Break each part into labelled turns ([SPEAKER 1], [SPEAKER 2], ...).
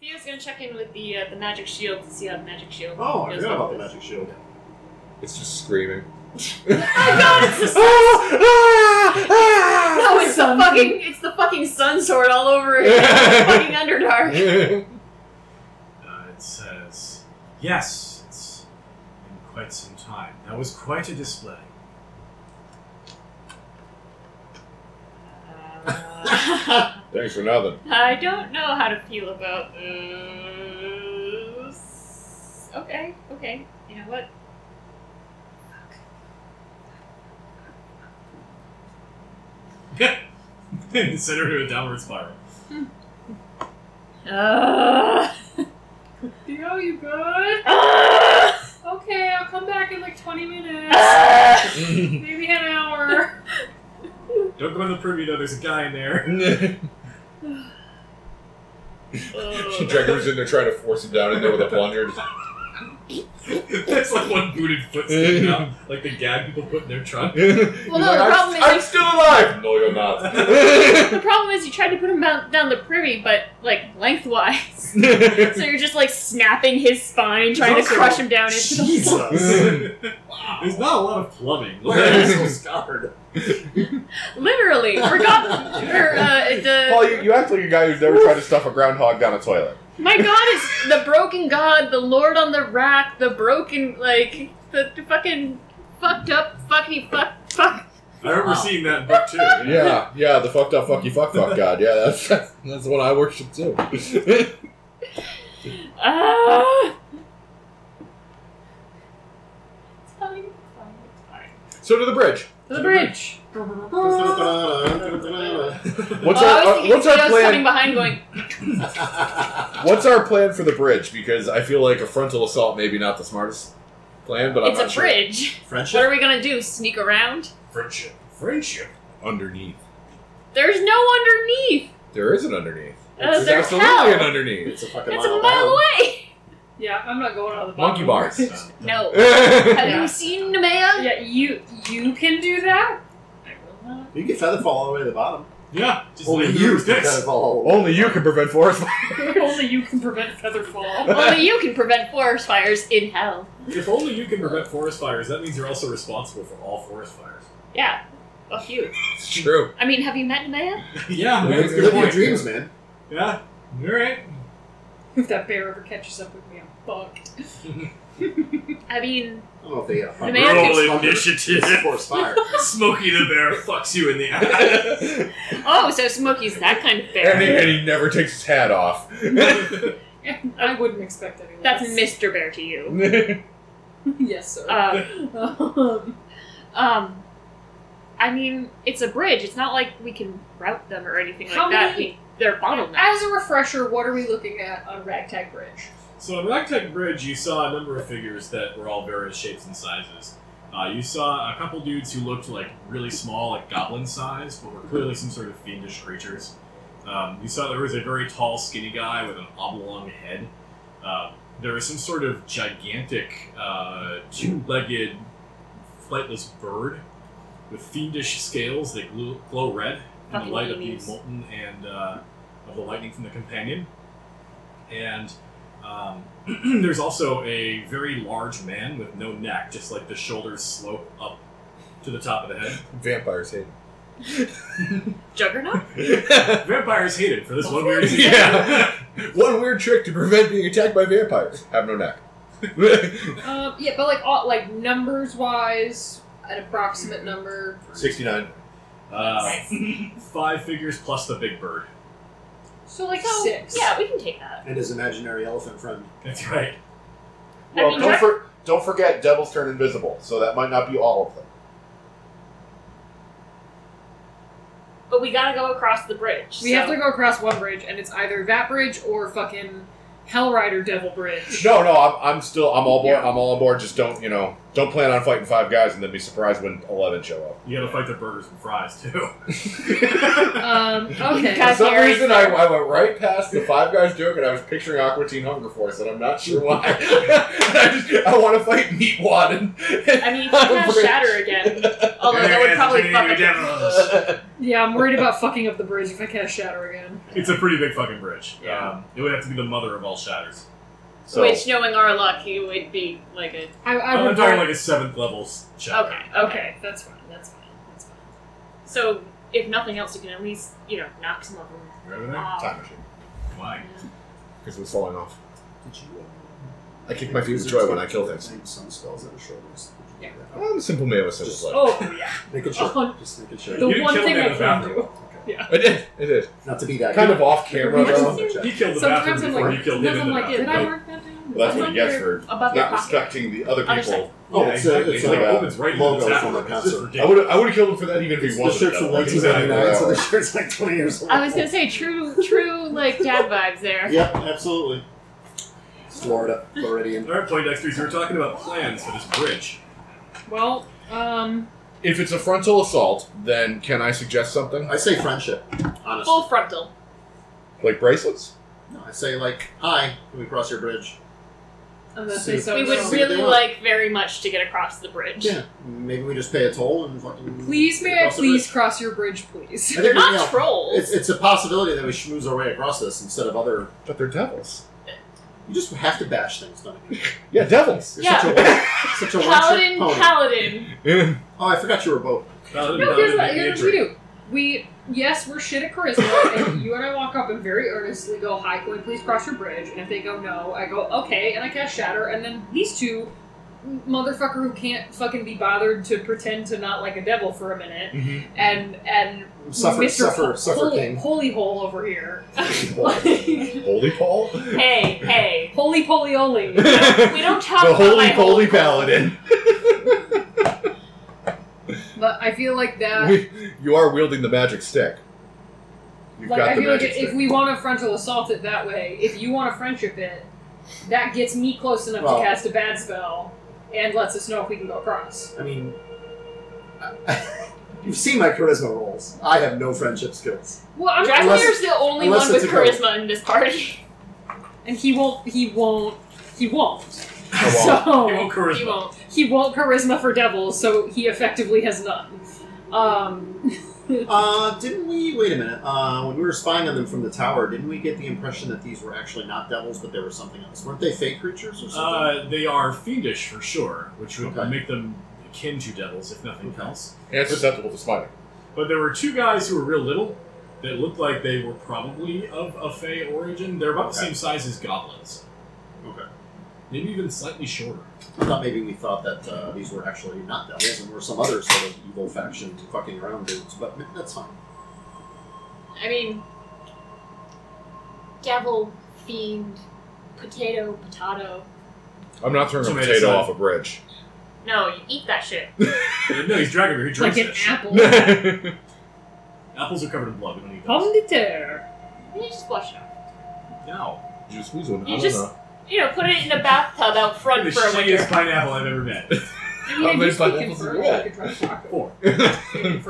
[SPEAKER 1] Theo's gonna check in with the uh, the magic shield to see how the magic shield.
[SPEAKER 2] Oh, I
[SPEAKER 1] goes
[SPEAKER 2] forgot about
[SPEAKER 1] with
[SPEAKER 2] the
[SPEAKER 1] this.
[SPEAKER 2] magic shield.
[SPEAKER 3] It's just screaming.
[SPEAKER 1] Oh god, it's the sun. No, it's the
[SPEAKER 4] Sun.
[SPEAKER 1] fucking it's the fucking sun sword all over again. fucking Underdark.
[SPEAKER 5] Uh, it says, Yes, it's been quite some time. That was quite a display.
[SPEAKER 1] Uh,
[SPEAKER 3] Thanks for nothing.
[SPEAKER 1] I don't know how to feel about this. Okay, okay. You know what?
[SPEAKER 5] it sent her to a downward spiral.
[SPEAKER 1] Uh,
[SPEAKER 4] Theo, you good?
[SPEAKER 1] uh,
[SPEAKER 4] Okay, I'll come back in like 20 minutes.
[SPEAKER 1] uh.
[SPEAKER 4] Maybe an hour.
[SPEAKER 5] Don't go in the privy though, there's a guy in there.
[SPEAKER 3] Jagger's in there trying to force him down in there with a plunger.
[SPEAKER 5] That's like one booted foot sticking out, like the gag people put in their trunk.
[SPEAKER 1] Well, no, the problem is-
[SPEAKER 3] I'm, I'm still alive. No, you're not.
[SPEAKER 1] The problem is you tried to put him out, down the privy, but like lengthwise. so you're just like snapping his spine, trying to
[SPEAKER 5] Also-
[SPEAKER 1] crush him down into the floor.
[SPEAKER 2] Jesus.
[SPEAKER 5] There's not a lot of plumbing. Look, I'm so scarred.
[SPEAKER 1] Literally, forgot. Or, uh, the
[SPEAKER 3] Paul, you, you act like a guy who's never tried to stuff a groundhog down a toilet.
[SPEAKER 1] My god is the broken god, the lord on the rack, the broken, like, the, the fucking fucked up, fucky, fuck, fuck.
[SPEAKER 5] I remember seeing that in book two.
[SPEAKER 3] Yeah, yeah, the fucked up fucky fuck fuck god. Yeah, that's that's, that's the one I worship too.
[SPEAKER 1] Ah! It's fine, it's fine, Oh, it's fine.
[SPEAKER 3] so to the bridge.
[SPEAKER 1] To the bridge.
[SPEAKER 3] What's
[SPEAKER 1] oh,
[SPEAKER 3] our
[SPEAKER 1] I was
[SPEAKER 3] uh,
[SPEAKER 1] thinking
[SPEAKER 3] what's our
[SPEAKER 1] Theo's coming
[SPEAKER 3] plan?
[SPEAKER 1] behind going,
[SPEAKER 3] What's our plan for the bridge? Because I feel like a frontal assault maybe not the smartest plan, but
[SPEAKER 1] it's
[SPEAKER 3] I'm
[SPEAKER 1] a
[SPEAKER 3] not sure.
[SPEAKER 1] bridge. What
[SPEAKER 2] Friendship?
[SPEAKER 1] are we gonna do? Sneak around?
[SPEAKER 5] Friendship. Friendship.
[SPEAKER 3] Underneath,
[SPEAKER 1] There's no underneath!
[SPEAKER 3] there is an underneath.
[SPEAKER 1] Uh,
[SPEAKER 3] There's
[SPEAKER 1] there's
[SPEAKER 3] absolutely an
[SPEAKER 1] hell!
[SPEAKER 3] underneath.
[SPEAKER 2] It's a fucking
[SPEAKER 1] It's a
[SPEAKER 2] mile
[SPEAKER 1] mile
[SPEAKER 2] down.
[SPEAKER 1] away!
[SPEAKER 4] yeah, I'm not going on the
[SPEAKER 3] Monkey bars.
[SPEAKER 1] No. Have
[SPEAKER 3] yeah,
[SPEAKER 1] you seen Nemea?
[SPEAKER 4] Yeah, you you can do that. I will not.
[SPEAKER 2] You can feather fall all the way to the bottom.
[SPEAKER 5] Yeah, just
[SPEAKER 2] Only
[SPEAKER 5] leave
[SPEAKER 2] you
[SPEAKER 5] you
[SPEAKER 2] can feather
[SPEAKER 5] this.
[SPEAKER 2] fall all the way.
[SPEAKER 3] Only you can prevent forest.
[SPEAKER 4] Only you can prevent featherfall.
[SPEAKER 1] Only you can prevent forest fires in hell.
[SPEAKER 5] If only you can prevent forest fires, that means you're also responsible for all forest fires.
[SPEAKER 1] Yeah. Fuck you.
[SPEAKER 3] it's true.
[SPEAKER 1] I mean, have you met Nemea?
[SPEAKER 5] yeah, man, that's a good
[SPEAKER 2] Live your
[SPEAKER 5] point.
[SPEAKER 2] dreams, man.
[SPEAKER 5] Yeah, all right.
[SPEAKER 4] if that bear ever catches up with me, I'm fucked.
[SPEAKER 1] I mean,
[SPEAKER 2] I don't know if they get a
[SPEAKER 1] The man
[SPEAKER 2] It's
[SPEAKER 5] Roll
[SPEAKER 2] thunder.
[SPEAKER 5] initiative.
[SPEAKER 2] It's forest fire.
[SPEAKER 5] Smokey the bear fucks you in the eye.
[SPEAKER 3] and,
[SPEAKER 1] oh, so Smokey's that kind of
[SPEAKER 3] he,
[SPEAKER 1] bear.
[SPEAKER 3] and he never takes his hat off.
[SPEAKER 4] I wouldn't expect anyone.
[SPEAKER 1] That's Mr. Bear to you.
[SPEAKER 4] yes, sir.
[SPEAKER 1] Um,
[SPEAKER 4] Um,
[SPEAKER 1] um, I mean, it's a bridge. It's not like we can route them or anything like
[SPEAKER 4] How
[SPEAKER 1] that.
[SPEAKER 4] many-
[SPEAKER 1] We- They're bottlenecked.
[SPEAKER 4] as a refresher, what are we looking at on Ragtag Bridge?
[SPEAKER 5] so on Ragtag Bridge, you saw a number of figures that were all various shapes and sizes. Uh, you saw a couple dudes who looked like really small, like goblin size, but were clearly some sort of fiendish creatures. Um, you saw there was a very tall, skinny guy with an oblong head. Uh, there was some sort of gigantic, uh, two-legged, flightless bird with fiendish scales that glow, glow red in the
[SPEAKER 1] Fucking
[SPEAKER 5] light of the
[SPEAKER 1] meanies.
[SPEAKER 5] molten and uh, of the lightning from the companion. And um, there's also a very large man with no neck, just like the shoulders slope up to the top of the head.
[SPEAKER 3] Vampires hate
[SPEAKER 1] Juggernaut?
[SPEAKER 3] him.
[SPEAKER 5] Vampires hate it for this one weird reason.
[SPEAKER 3] yeah. One weird trick to prevent being attacked by vampires: have no neck.
[SPEAKER 4] Um, yeah, but like all, like numbers wise, an approximate number.
[SPEAKER 2] 69.
[SPEAKER 5] Uh, five figures plus the big bird.
[SPEAKER 4] So like
[SPEAKER 1] So,
[SPEAKER 4] six.
[SPEAKER 1] yeah, we can take that.
[SPEAKER 2] And his imaginary elephant friend.
[SPEAKER 5] That's right.
[SPEAKER 1] I
[SPEAKER 3] well,
[SPEAKER 1] mean,
[SPEAKER 3] don't,
[SPEAKER 1] Jack-
[SPEAKER 3] for, don't forget, devils turn invisible, so that might not be all of them.
[SPEAKER 1] But we gotta go across the bridge.
[SPEAKER 4] We
[SPEAKER 1] so-
[SPEAKER 4] have to go across one bridge, and it's either that bridge or fucking Hellrider Devil Bridge.
[SPEAKER 3] No, no, I'm, I'm still, I'm all board, I'm all on board. Just don't, you know, Don't plan on fighting five guys and then be surprised when eleven show up.
[SPEAKER 5] You gotta fight their burgers and fries too.
[SPEAKER 4] Um, okay.
[SPEAKER 1] Guys-
[SPEAKER 3] For some
[SPEAKER 1] Harry.
[SPEAKER 3] reason, I, I went right past the Five Guys joke, and I was picturing Aqua Teen Hunger Force, and I'm not sure why. I, just, I want to fight Meat Wad. And,
[SPEAKER 1] I mean, you can have shatter again.
[SPEAKER 4] Oh,
[SPEAKER 1] Although that would probably fuck up.
[SPEAKER 4] Yeah, I'm worried about fucking up the bridge if I cast Shatter again.
[SPEAKER 5] It's a pretty big fucking bridge.
[SPEAKER 1] Yeah.
[SPEAKER 5] Um, it would have to be the mother of all shatters.
[SPEAKER 3] So,
[SPEAKER 1] Which, knowing our luck, he would be like a.
[SPEAKER 4] I, I
[SPEAKER 5] I'm
[SPEAKER 4] would.
[SPEAKER 5] talking like a seventh level shatter.
[SPEAKER 1] Okay, okay.
[SPEAKER 4] okay, that's fine. That's fine. That's fine.
[SPEAKER 1] So, if nothing else, you can at least, you know, knock some of them
[SPEAKER 5] You remember that?
[SPEAKER 1] off.
[SPEAKER 3] time machine
[SPEAKER 5] Why?
[SPEAKER 3] because it was falling off.
[SPEAKER 2] Did you? Uh,
[SPEAKER 3] I kicked my feet with joy when I killed him.
[SPEAKER 2] Same sun spells that are short ones.
[SPEAKER 4] Yeah.
[SPEAKER 3] I'm a Um, simple man with simple
[SPEAKER 2] Just-
[SPEAKER 3] pleasure.
[SPEAKER 4] Oh, yeah.
[SPEAKER 2] Making sure.
[SPEAKER 4] Oh,
[SPEAKER 2] Just making
[SPEAKER 5] You
[SPEAKER 2] sure.
[SPEAKER 4] the
[SPEAKER 5] didn't
[SPEAKER 4] one
[SPEAKER 5] kill
[SPEAKER 4] thing
[SPEAKER 5] him in
[SPEAKER 4] I
[SPEAKER 5] the
[SPEAKER 4] can
[SPEAKER 5] bathroom.
[SPEAKER 4] do.
[SPEAKER 3] I did. I did.
[SPEAKER 2] Not to be that.
[SPEAKER 3] Kind of off camera
[SPEAKER 2] Next
[SPEAKER 3] though.
[SPEAKER 2] one to check.
[SPEAKER 5] He killed the
[SPEAKER 4] Sometimes
[SPEAKER 5] bathroom
[SPEAKER 4] I'm
[SPEAKER 5] before
[SPEAKER 4] like,
[SPEAKER 5] you killed
[SPEAKER 4] sometimes
[SPEAKER 5] him. in
[SPEAKER 4] I'm
[SPEAKER 5] the
[SPEAKER 4] like, did
[SPEAKER 5] bathroom.
[SPEAKER 4] I mark that down?
[SPEAKER 3] Well, that's
[SPEAKER 1] It's
[SPEAKER 3] what
[SPEAKER 1] on
[SPEAKER 3] you get
[SPEAKER 1] your-
[SPEAKER 3] for
[SPEAKER 1] Above your
[SPEAKER 3] not
[SPEAKER 1] pocket.
[SPEAKER 3] respecting the other
[SPEAKER 1] Other
[SPEAKER 3] people.
[SPEAKER 2] Oh,
[SPEAKER 5] yeah,
[SPEAKER 2] it's a-
[SPEAKER 5] exactly.
[SPEAKER 2] it's
[SPEAKER 5] like,
[SPEAKER 2] like a
[SPEAKER 5] opens right into
[SPEAKER 2] logo
[SPEAKER 5] the
[SPEAKER 2] from
[SPEAKER 5] tap
[SPEAKER 2] a
[SPEAKER 5] room. It's
[SPEAKER 2] concert.
[SPEAKER 5] just
[SPEAKER 3] I
[SPEAKER 5] ridiculous.
[SPEAKER 3] would I would have killed him for that even if he
[SPEAKER 2] The
[SPEAKER 3] wasn't.
[SPEAKER 2] shirt's from
[SPEAKER 3] that way.
[SPEAKER 2] 1999, so the
[SPEAKER 3] Exactly.
[SPEAKER 2] shirt's like 20 years old.
[SPEAKER 1] I was gonna say true, true like dad vibes there.
[SPEAKER 2] Yep, absolutely. Florida, Floridian.
[SPEAKER 5] All right, Poindexters, you were talking about plans for this bridge.
[SPEAKER 4] Well, um,
[SPEAKER 3] If it's a frontal assault, then can I suggest something
[SPEAKER 2] I say friendship, honestly.
[SPEAKER 1] Full frontal.
[SPEAKER 3] like bracelets?
[SPEAKER 2] No, I say like, hi, can we cross your bridge?
[SPEAKER 4] I'm gonna say
[SPEAKER 2] So-
[SPEAKER 4] so.
[SPEAKER 1] we would
[SPEAKER 4] so-
[SPEAKER 2] see what
[SPEAKER 1] really
[SPEAKER 2] they want.
[SPEAKER 1] like very much to get across the bridge.
[SPEAKER 2] Yeah. Maybe we just pay a toll and fucking.
[SPEAKER 4] Please, may I
[SPEAKER 2] cross the
[SPEAKER 4] please
[SPEAKER 2] bridge.
[SPEAKER 4] cross your bridge, please?
[SPEAKER 2] I think we, you
[SPEAKER 1] Not
[SPEAKER 2] know,
[SPEAKER 1] trolls.
[SPEAKER 2] it's, it's a possibility that we schmooze our way across this instead of other.
[SPEAKER 3] But they're devils.
[SPEAKER 2] You just have to bash things, don't you?
[SPEAKER 3] Yeah, devils.
[SPEAKER 2] You're
[SPEAKER 1] Yeah.
[SPEAKER 2] such a one, such a
[SPEAKER 1] paladin,
[SPEAKER 2] one
[SPEAKER 1] paladin.
[SPEAKER 2] Oh, I forgot you were both.
[SPEAKER 5] Paladin,
[SPEAKER 4] No, here's what,
[SPEAKER 5] paladin,
[SPEAKER 4] here's what we
[SPEAKER 5] nature.
[SPEAKER 4] do. We yes, we're shit at charisma, and you and I walk up and very earnestly go, "Hi, can we please cross your bridge?" And if they go no, I go, "Okay," and I cast Shatter, and then these two motherfucker who can't fucking be bothered to pretend to not like a devil for a minute,
[SPEAKER 3] Mhm.
[SPEAKER 4] and and
[SPEAKER 2] Suffer,
[SPEAKER 4] Mr.
[SPEAKER 2] suffer,
[SPEAKER 4] Ho-
[SPEAKER 2] suffer,
[SPEAKER 4] holy,
[SPEAKER 2] king.
[SPEAKER 4] holy hole over here,
[SPEAKER 3] Holy Holy Paul?
[SPEAKER 1] Hey, hey.
[SPEAKER 4] holy poly only.
[SPEAKER 1] We don't talk
[SPEAKER 3] the
[SPEAKER 1] about my
[SPEAKER 3] holy
[SPEAKER 1] whole-
[SPEAKER 3] holy paladin.
[SPEAKER 4] But I feel like that.
[SPEAKER 3] We, you are wielding the magic stick. You've
[SPEAKER 4] like
[SPEAKER 3] got
[SPEAKER 4] I
[SPEAKER 3] the
[SPEAKER 4] feel like
[SPEAKER 3] magic
[SPEAKER 4] if
[SPEAKER 3] stick.
[SPEAKER 4] we want to frontal assault it that way, if you want to friendship it, that gets me close enough
[SPEAKER 2] Well-
[SPEAKER 4] to cast a bad spell and lets us know if we can go across.
[SPEAKER 2] I mean, I- you've seen my charisma rolls. I have no friendship skills.
[SPEAKER 4] Well, I'm
[SPEAKER 2] Unless-
[SPEAKER 1] Dracular's the only
[SPEAKER 2] unless
[SPEAKER 1] one with
[SPEAKER 2] it's a goat.
[SPEAKER 1] charisma in this party.
[SPEAKER 4] and he won't. He won't. He won't.
[SPEAKER 3] I won't.
[SPEAKER 5] He
[SPEAKER 4] So
[SPEAKER 5] won't charisma.
[SPEAKER 1] You won't.
[SPEAKER 4] he won't charisma for devils, so he effectively has none. Um,
[SPEAKER 2] Uh, didn't we? Wait a minute. Uh, when we were spying on them from the tower, didn't we get the impression that these were actually not devils, but they were something else? Weren't they fake creatures or something?
[SPEAKER 5] Uh, they are fiendish for sure, which would
[SPEAKER 2] Okay.
[SPEAKER 5] make them akin to devils, if nothing
[SPEAKER 2] Okay.
[SPEAKER 5] else.
[SPEAKER 3] And it's susceptible to smiting.
[SPEAKER 5] But there were two guys who were real little that looked like they were probably of a Fey origin. They're about the
[SPEAKER 2] Okay.
[SPEAKER 5] same size as goblins.
[SPEAKER 2] Okay.
[SPEAKER 5] Maybe even slightly shorter.
[SPEAKER 2] I thought maybe we thought that uh, these were actually not devils and were some other sort of evil faction fucking around dudes, but m- that's fine.
[SPEAKER 1] I mean, devil, fiend, potato, potato.
[SPEAKER 3] I'm not throwing a
[SPEAKER 5] Tomato
[SPEAKER 3] potato
[SPEAKER 5] salad.
[SPEAKER 3] off a bridge.
[SPEAKER 1] No, you eat that shit.
[SPEAKER 5] Uh, no, he's Dragomir. He
[SPEAKER 4] like
[SPEAKER 5] drinks
[SPEAKER 4] an
[SPEAKER 5] this.
[SPEAKER 4] apple.
[SPEAKER 5] Apples are covered in blood. We don't eat those.
[SPEAKER 4] Pomme de terre.
[SPEAKER 1] You just flush it out.
[SPEAKER 5] No.
[SPEAKER 3] you squeeze one.
[SPEAKER 1] You
[SPEAKER 3] I don't
[SPEAKER 1] just-
[SPEAKER 3] know.
[SPEAKER 1] You know, put it in a bathtub out front
[SPEAKER 5] the
[SPEAKER 1] for a winter.
[SPEAKER 5] shittiest pineapple I've ever met.
[SPEAKER 4] I mean,
[SPEAKER 3] I'm
[SPEAKER 4] I just
[SPEAKER 3] made by
[SPEAKER 4] be
[SPEAKER 3] apples
[SPEAKER 4] confirmed.
[SPEAKER 3] as well.
[SPEAKER 4] I could try taco.
[SPEAKER 5] Four.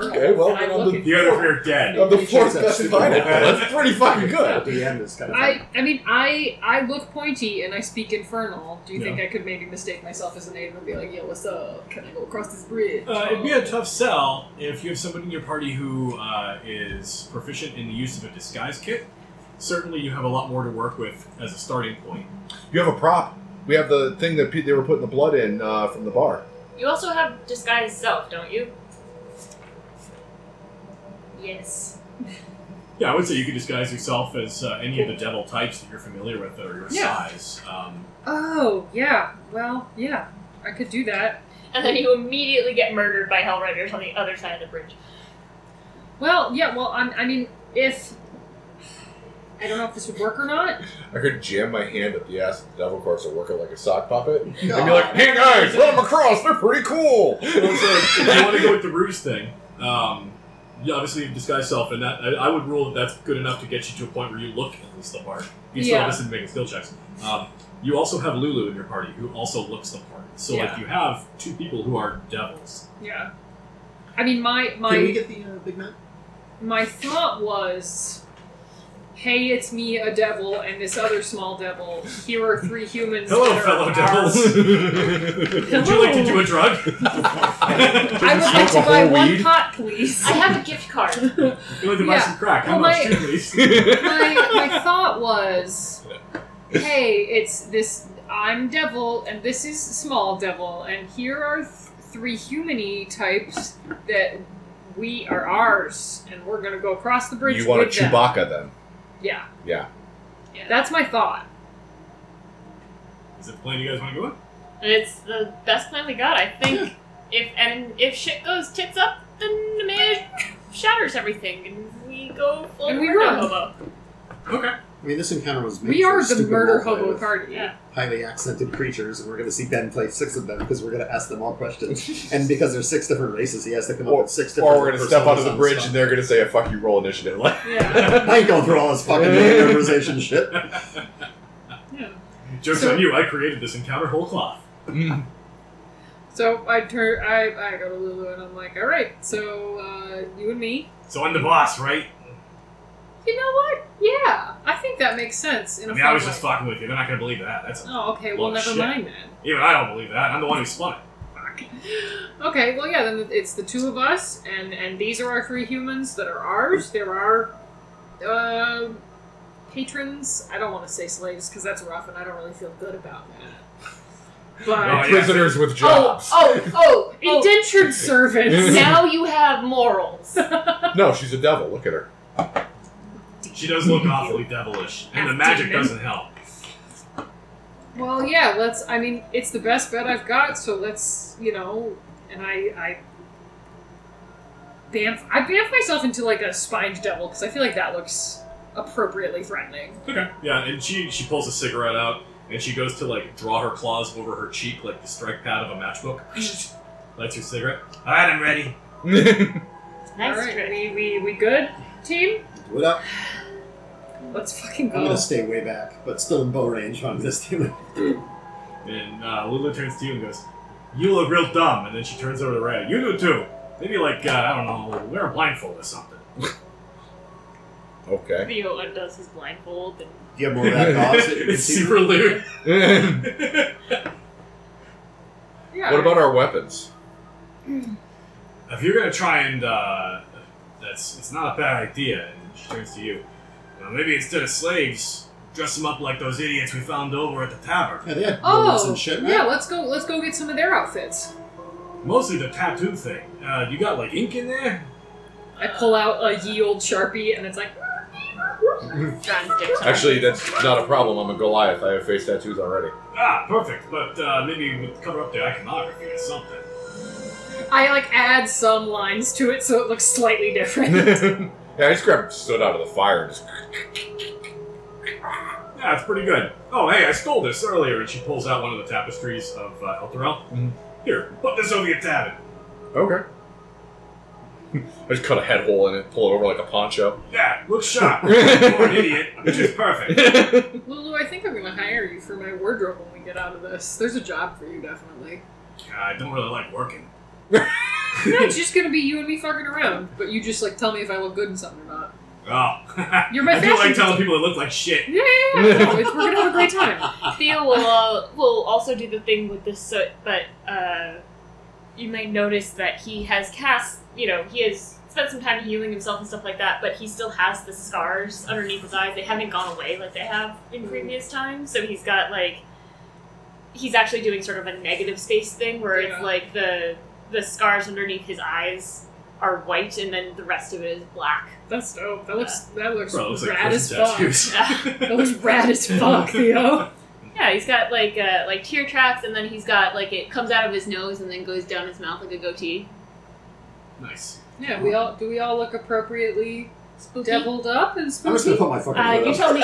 [SPEAKER 3] Okay, well,
[SPEAKER 4] I
[SPEAKER 3] then I'll
[SPEAKER 4] look
[SPEAKER 3] do-
[SPEAKER 4] at-
[SPEAKER 5] The other three are dead.
[SPEAKER 3] Of the fourth
[SPEAKER 2] That's
[SPEAKER 3] best
[SPEAKER 2] stupid.
[SPEAKER 3] pineapple. That's pretty fucking
[SPEAKER 2] At
[SPEAKER 3] good.
[SPEAKER 2] the end is kind of.
[SPEAKER 4] I, I mean, I I look pointy and I speak infernal. Do you
[SPEAKER 5] Yeah.
[SPEAKER 4] think I could maybe mistake myself as a native and be like, yo, what's up? Can I go across this bridge?
[SPEAKER 5] Uh, it'd be a tough sell if you have somebody in your party who uh, is proficient in the use of a disguise kit. Certainly, you have a lot more to work with as a starting point.
[SPEAKER 3] You have a prop. We have the thing that pe- they were putting the blood in uh, from the bar.
[SPEAKER 1] You also have disguise self, don't you? Yes.
[SPEAKER 5] Yeah, I would say you could disguise yourself as uh, any of the devil types that you're familiar with or your
[SPEAKER 4] Yeah.
[SPEAKER 5] size. Um,
[SPEAKER 4] oh, yeah. Well, yeah. I could do that.
[SPEAKER 1] And then you immediately get murdered by hell riders on the other side of the bridge.
[SPEAKER 4] Well, yeah, well, I'm, I mean, if. I don't know if this would work or not.
[SPEAKER 3] I could jam my hand at the ass of the devil corpse and work it like a sock puppet. And be
[SPEAKER 2] God.
[SPEAKER 3] like, hey guys, let them across. They're pretty cool.
[SPEAKER 5] if you want to go with the ruse thing, um, you obviously disguise self, and that I, I would rule that that's good enough to get you to a point where you look at least the part. You still
[SPEAKER 4] Yeah.
[SPEAKER 5] have this in making skill checks. Um, You also have Lulu in your party, who also looks the part. So like, you have two people who are devils.
[SPEAKER 4] Yeah. I mean, my my
[SPEAKER 2] Can we get the uh, big man?
[SPEAKER 4] my thought was, hey, it's me, a devil, and this other small devil. Here are three humans.
[SPEAKER 5] Hello,
[SPEAKER 4] that are
[SPEAKER 5] fellow
[SPEAKER 4] ours."
[SPEAKER 5] devils. Would you like to do a drug?
[SPEAKER 4] I would like to
[SPEAKER 3] Smoke a
[SPEAKER 4] buy
[SPEAKER 3] whole
[SPEAKER 4] one
[SPEAKER 3] weed?
[SPEAKER 4] pot, please.
[SPEAKER 1] I have a gift card.
[SPEAKER 5] You'd like to buy
[SPEAKER 4] Yeah.
[SPEAKER 5] some crack? How
[SPEAKER 4] Well,
[SPEAKER 5] much,
[SPEAKER 4] my-
[SPEAKER 5] too, please?
[SPEAKER 4] my, my thought was, hey, it's this. I'm devil, and this is small devil, and here are th- three humany types that we are ours, and we're gonna go across the bridge.
[SPEAKER 3] you want a
[SPEAKER 4] with them.
[SPEAKER 3] Chewbacca then?
[SPEAKER 4] Yeah.
[SPEAKER 3] Yeah.
[SPEAKER 4] That's my thought.
[SPEAKER 5] Is it the plan you guys want to go with?
[SPEAKER 1] And it's the best plan we got, I think. If and if shit goes tits up, then the man shatters everything, and we go full
[SPEAKER 4] And we
[SPEAKER 1] murder
[SPEAKER 4] run.
[SPEAKER 1] hobo.
[SPEAKER 5] Okay.
[SPEAKER 2] I mean, this encounter was made
[SPEAKER 4] We
[SPEAKER 2] for
[SPEAKER 4] are the
[SPEAKER 2] stupid
[SPEAKER 4] murder
[SPEAKER 2] roleplay
[SPEAKER 4] hobo
[SPEAKER 2] with
[SPEAKER 4] party.
[SPEAKER 1] Yeah.
[SPEAKER 2] highly accented creatures, and we're going to see Ben play six of them because we're going to ask them all questions. and because there's six different races, he has to come up
[SPEAKER 3] Or-
[SPEAKER 2] with six different.
[SPEAKER 3] Or we're gonna step
[SPEAKER 2] personas
[SPEAKER 3] onto the
[SPEAKER 2] on
[SPEAKER 3] bridge
[SPEAKER 2] spot.
[SPEAKER 3] and they're gonna say a fuck you roll initiative. Like,
[SPEAKER 4] Yeah.
[SPEAKER 2] I ain't going through all this fucking memorization shit.
[SPEAKER 4] yeah.
[SPEAKER 5] Joke's
[SPEAKER 4] So-
[SPEAKER 5] on you. I created this encounter whole cloth.
[SPEAKER 3] Mm.
[SPEAKER 4] So I turn. I I go to Lulu, and I'm like, all right. So uh, you and me,
[SPEAKER 5] So I'm the boss, right?
[SPEAKER 4] You know what? Yeah, I think that makes sense in
[SPEAKER 5] I
[SPEAKER 4] a
[SPEAKER 5] mean,
[SPEAKER 4] fun
[SPEAKER 5] I was
[SPEAKER 4] way.
[SPEAKER 5] just fucking with you. They're not gonna believe that. That's
[SPEAKER 4] Oh, okay. Well,
[SPEAKER 5] Well,
[SPEAKER 4] never
[SPEAKER 5] shit.
[SPEAKER 4] mind then.
[SPEAKER 5] even I don't believe that. I'm the one who spun it.
[SPEAKER 4] Okay, well, yeah. Then it's the two of us, and and these are our three humans that are ours. There are, uh, patrons. I don't want to say slaves because that's rough, and I don't really feel good about that. But
[SPEAKER 5] No, yeah.
[SPEAKER 3] prisoners with jobs.
[SPEAKER 1] Oh, oh, oh, oh!
[SPEAKER 4] indentured servants.
[SPEAKER 1] now you have morals.
[SPEAKER 3] No, she's a devil. Look at her.
[SPEAKER 5] She does look awfully devilish, and the
[SPEAKER 4] Half
[SPEAKER 5] magic
[SPEAKER 4] demon.
[SPEAKER 5] doesn't help.
[SPEAKER 4] Well, yeah, let's. I mean, it's the best bet I've got, so let's, you know. And I, I, bamf, I bamf myself into like a spined devil because I feel like that looks appropriately threatening.
[SPEAKER 5] Okay. Yeah, and she she pulls a cigarette out and she goes to like draw her claws over her cheek like the strike pad of a matchbook. Lights her cigarette. All right, I'm ready.
[SPEAKER 1] Nice
[SPEAKER 4] All right,
[SPEAKER 1] trick.
[SPEAKER 4] we, we we good, team?
[SPEAKER 2] What up?
[SPEAKER 4] Let's fucking
[SPEAKER 2] I'm
[SPEAKER 4] go.
[SPEAKER 2] going to stay way back, but still in bow range. I'm going to stay way
[SPEAKER 5] And uh, Lulu turns to you and goes, "You look real dumb." And then she turns over to Ray. "You do too. Maybe like uh, I don't know, wear a blindfold or something."
[SPEAKER 3] Okay.
[SPEAKER 1] Theo undoes his blindfold and
[SPEAKER 2] Do you have more of that gauze that you can
[SPEAKER 5] it's
[SPEAKER 2] see?
[SPEAKER 5] super lewd.
[SPEAKER 3] what
[SPEAKER 4] Yeah.
[SPEAKER 3] about our weapons?
[SPEAKER 5] If you're gonna try and uh, that's it's not a bad idea. And she turns to you. Well, maybe instead of slaves, dress them up like those idiots we found over at the tavern.
[SPEAKER 2] Yeah, they had bullets
[SPEAKER 4] Oh,
[SPEAKER 2] and shit, right?
[SPEAKER 4] yeah. Let's go. Let's go get some of their outfits.
[SPEAKER 5] Mostly the tattoo thing. Uh, you got like ink in there?
[SPEAKER 4] I pull out a ye old sharpie, and it's like,
[SPEAKER 1] John Dixon.
[SPEAKER 3] Actually, that's not a problem. I'm a Goliath. I have face tattoos already.
[SPEAKER 5] Ah, perfect. But uh, maybe we could cover up the iconography or something.
[SPEAKER 4] I like add some lines to it so it looks slightly different.
[SPEAKER 3] yeah, I just grabbed stood out of the fire and just.
[SPEAKER 5] Yeah, it's pretty good. Oh, hey, I stole this earlier, and she pulls out one of the tapestries of uh, Elturel.
[SPEAKER 3] Mhm.
[SPEAKER 5] Here, put this over your tabard.
[SPEAKER 3] Okay. I just cut a head hole in it, pull it over like a poncho.
[SPEAKER 5] Yeah, look sharp. You're an idiot, which is perfect.
[SPEAKER 4] Lulu, I think I'm gonna hire you for my wardrobe when we get out of this. There's a job for you, definitely.
[SPEAKER 5] I don't really like working.
[SPEAKER 4] No, it's just gonna be you and me fucking around, but you just like tell me if I look good in something or not.
[SPEAKER 5] Oh,
[SPEAKER 4] You're my
[SPEAKER 5] I do
[SPEAKER 4] fashion
[SPEAKER 5] like telling people it look like shit.
[SPEAKER 4] Yeah, yeah, yeah. no, it's- we're gonna have a great time.
[SPEAKER 1] Theo will uh, will also do the thing with the soot, but uh, you may notice that he has cast. You know, he has spent some time healing himself and stuff like that, but he still has the scars underneath his eyes. They haven't gone away like they have in previous times. So he's got like he's actually doing sort of a negative space thing where
[SPEAKER 4] Yeah.
[SPEAKER 1] it's like the the scars underneath his eyes are white and then the rest of it is black.
[SPEAKER 4] That's dope. That looks that looks
[SPEAKER 5] Bro, it looks like
[SPEAKER 4] rad as
[SPEAKER 5] prison
[SPEAKER 4] fuck.
[SPEAKER 5] tattoos.
[SPEAKER 4] That looks rad as fuck, Theo.
[SPEAKER 1] Yeah, he's got like uh, like tear tracks, and then he's got like it comes out of his nose and then goes down his mouth like a goatee.
[SPEAKER 5] Nice.
[SPEAKER 4] Yeah, we all do we all look appropriately
[SPEAKER 1] Spooky.
[SPEAKER 4] deviled up and
[SPEAKER 2] I'm just going
[SPEAKER 4] spooky?
[SPEAKER 2] to put my fucking
[SPEAKER 1] Uh,
[SPEAKER 2] hood
[SPEAKER 1] you
[SPEAKER 2] up.
[SPEAKER 1] tell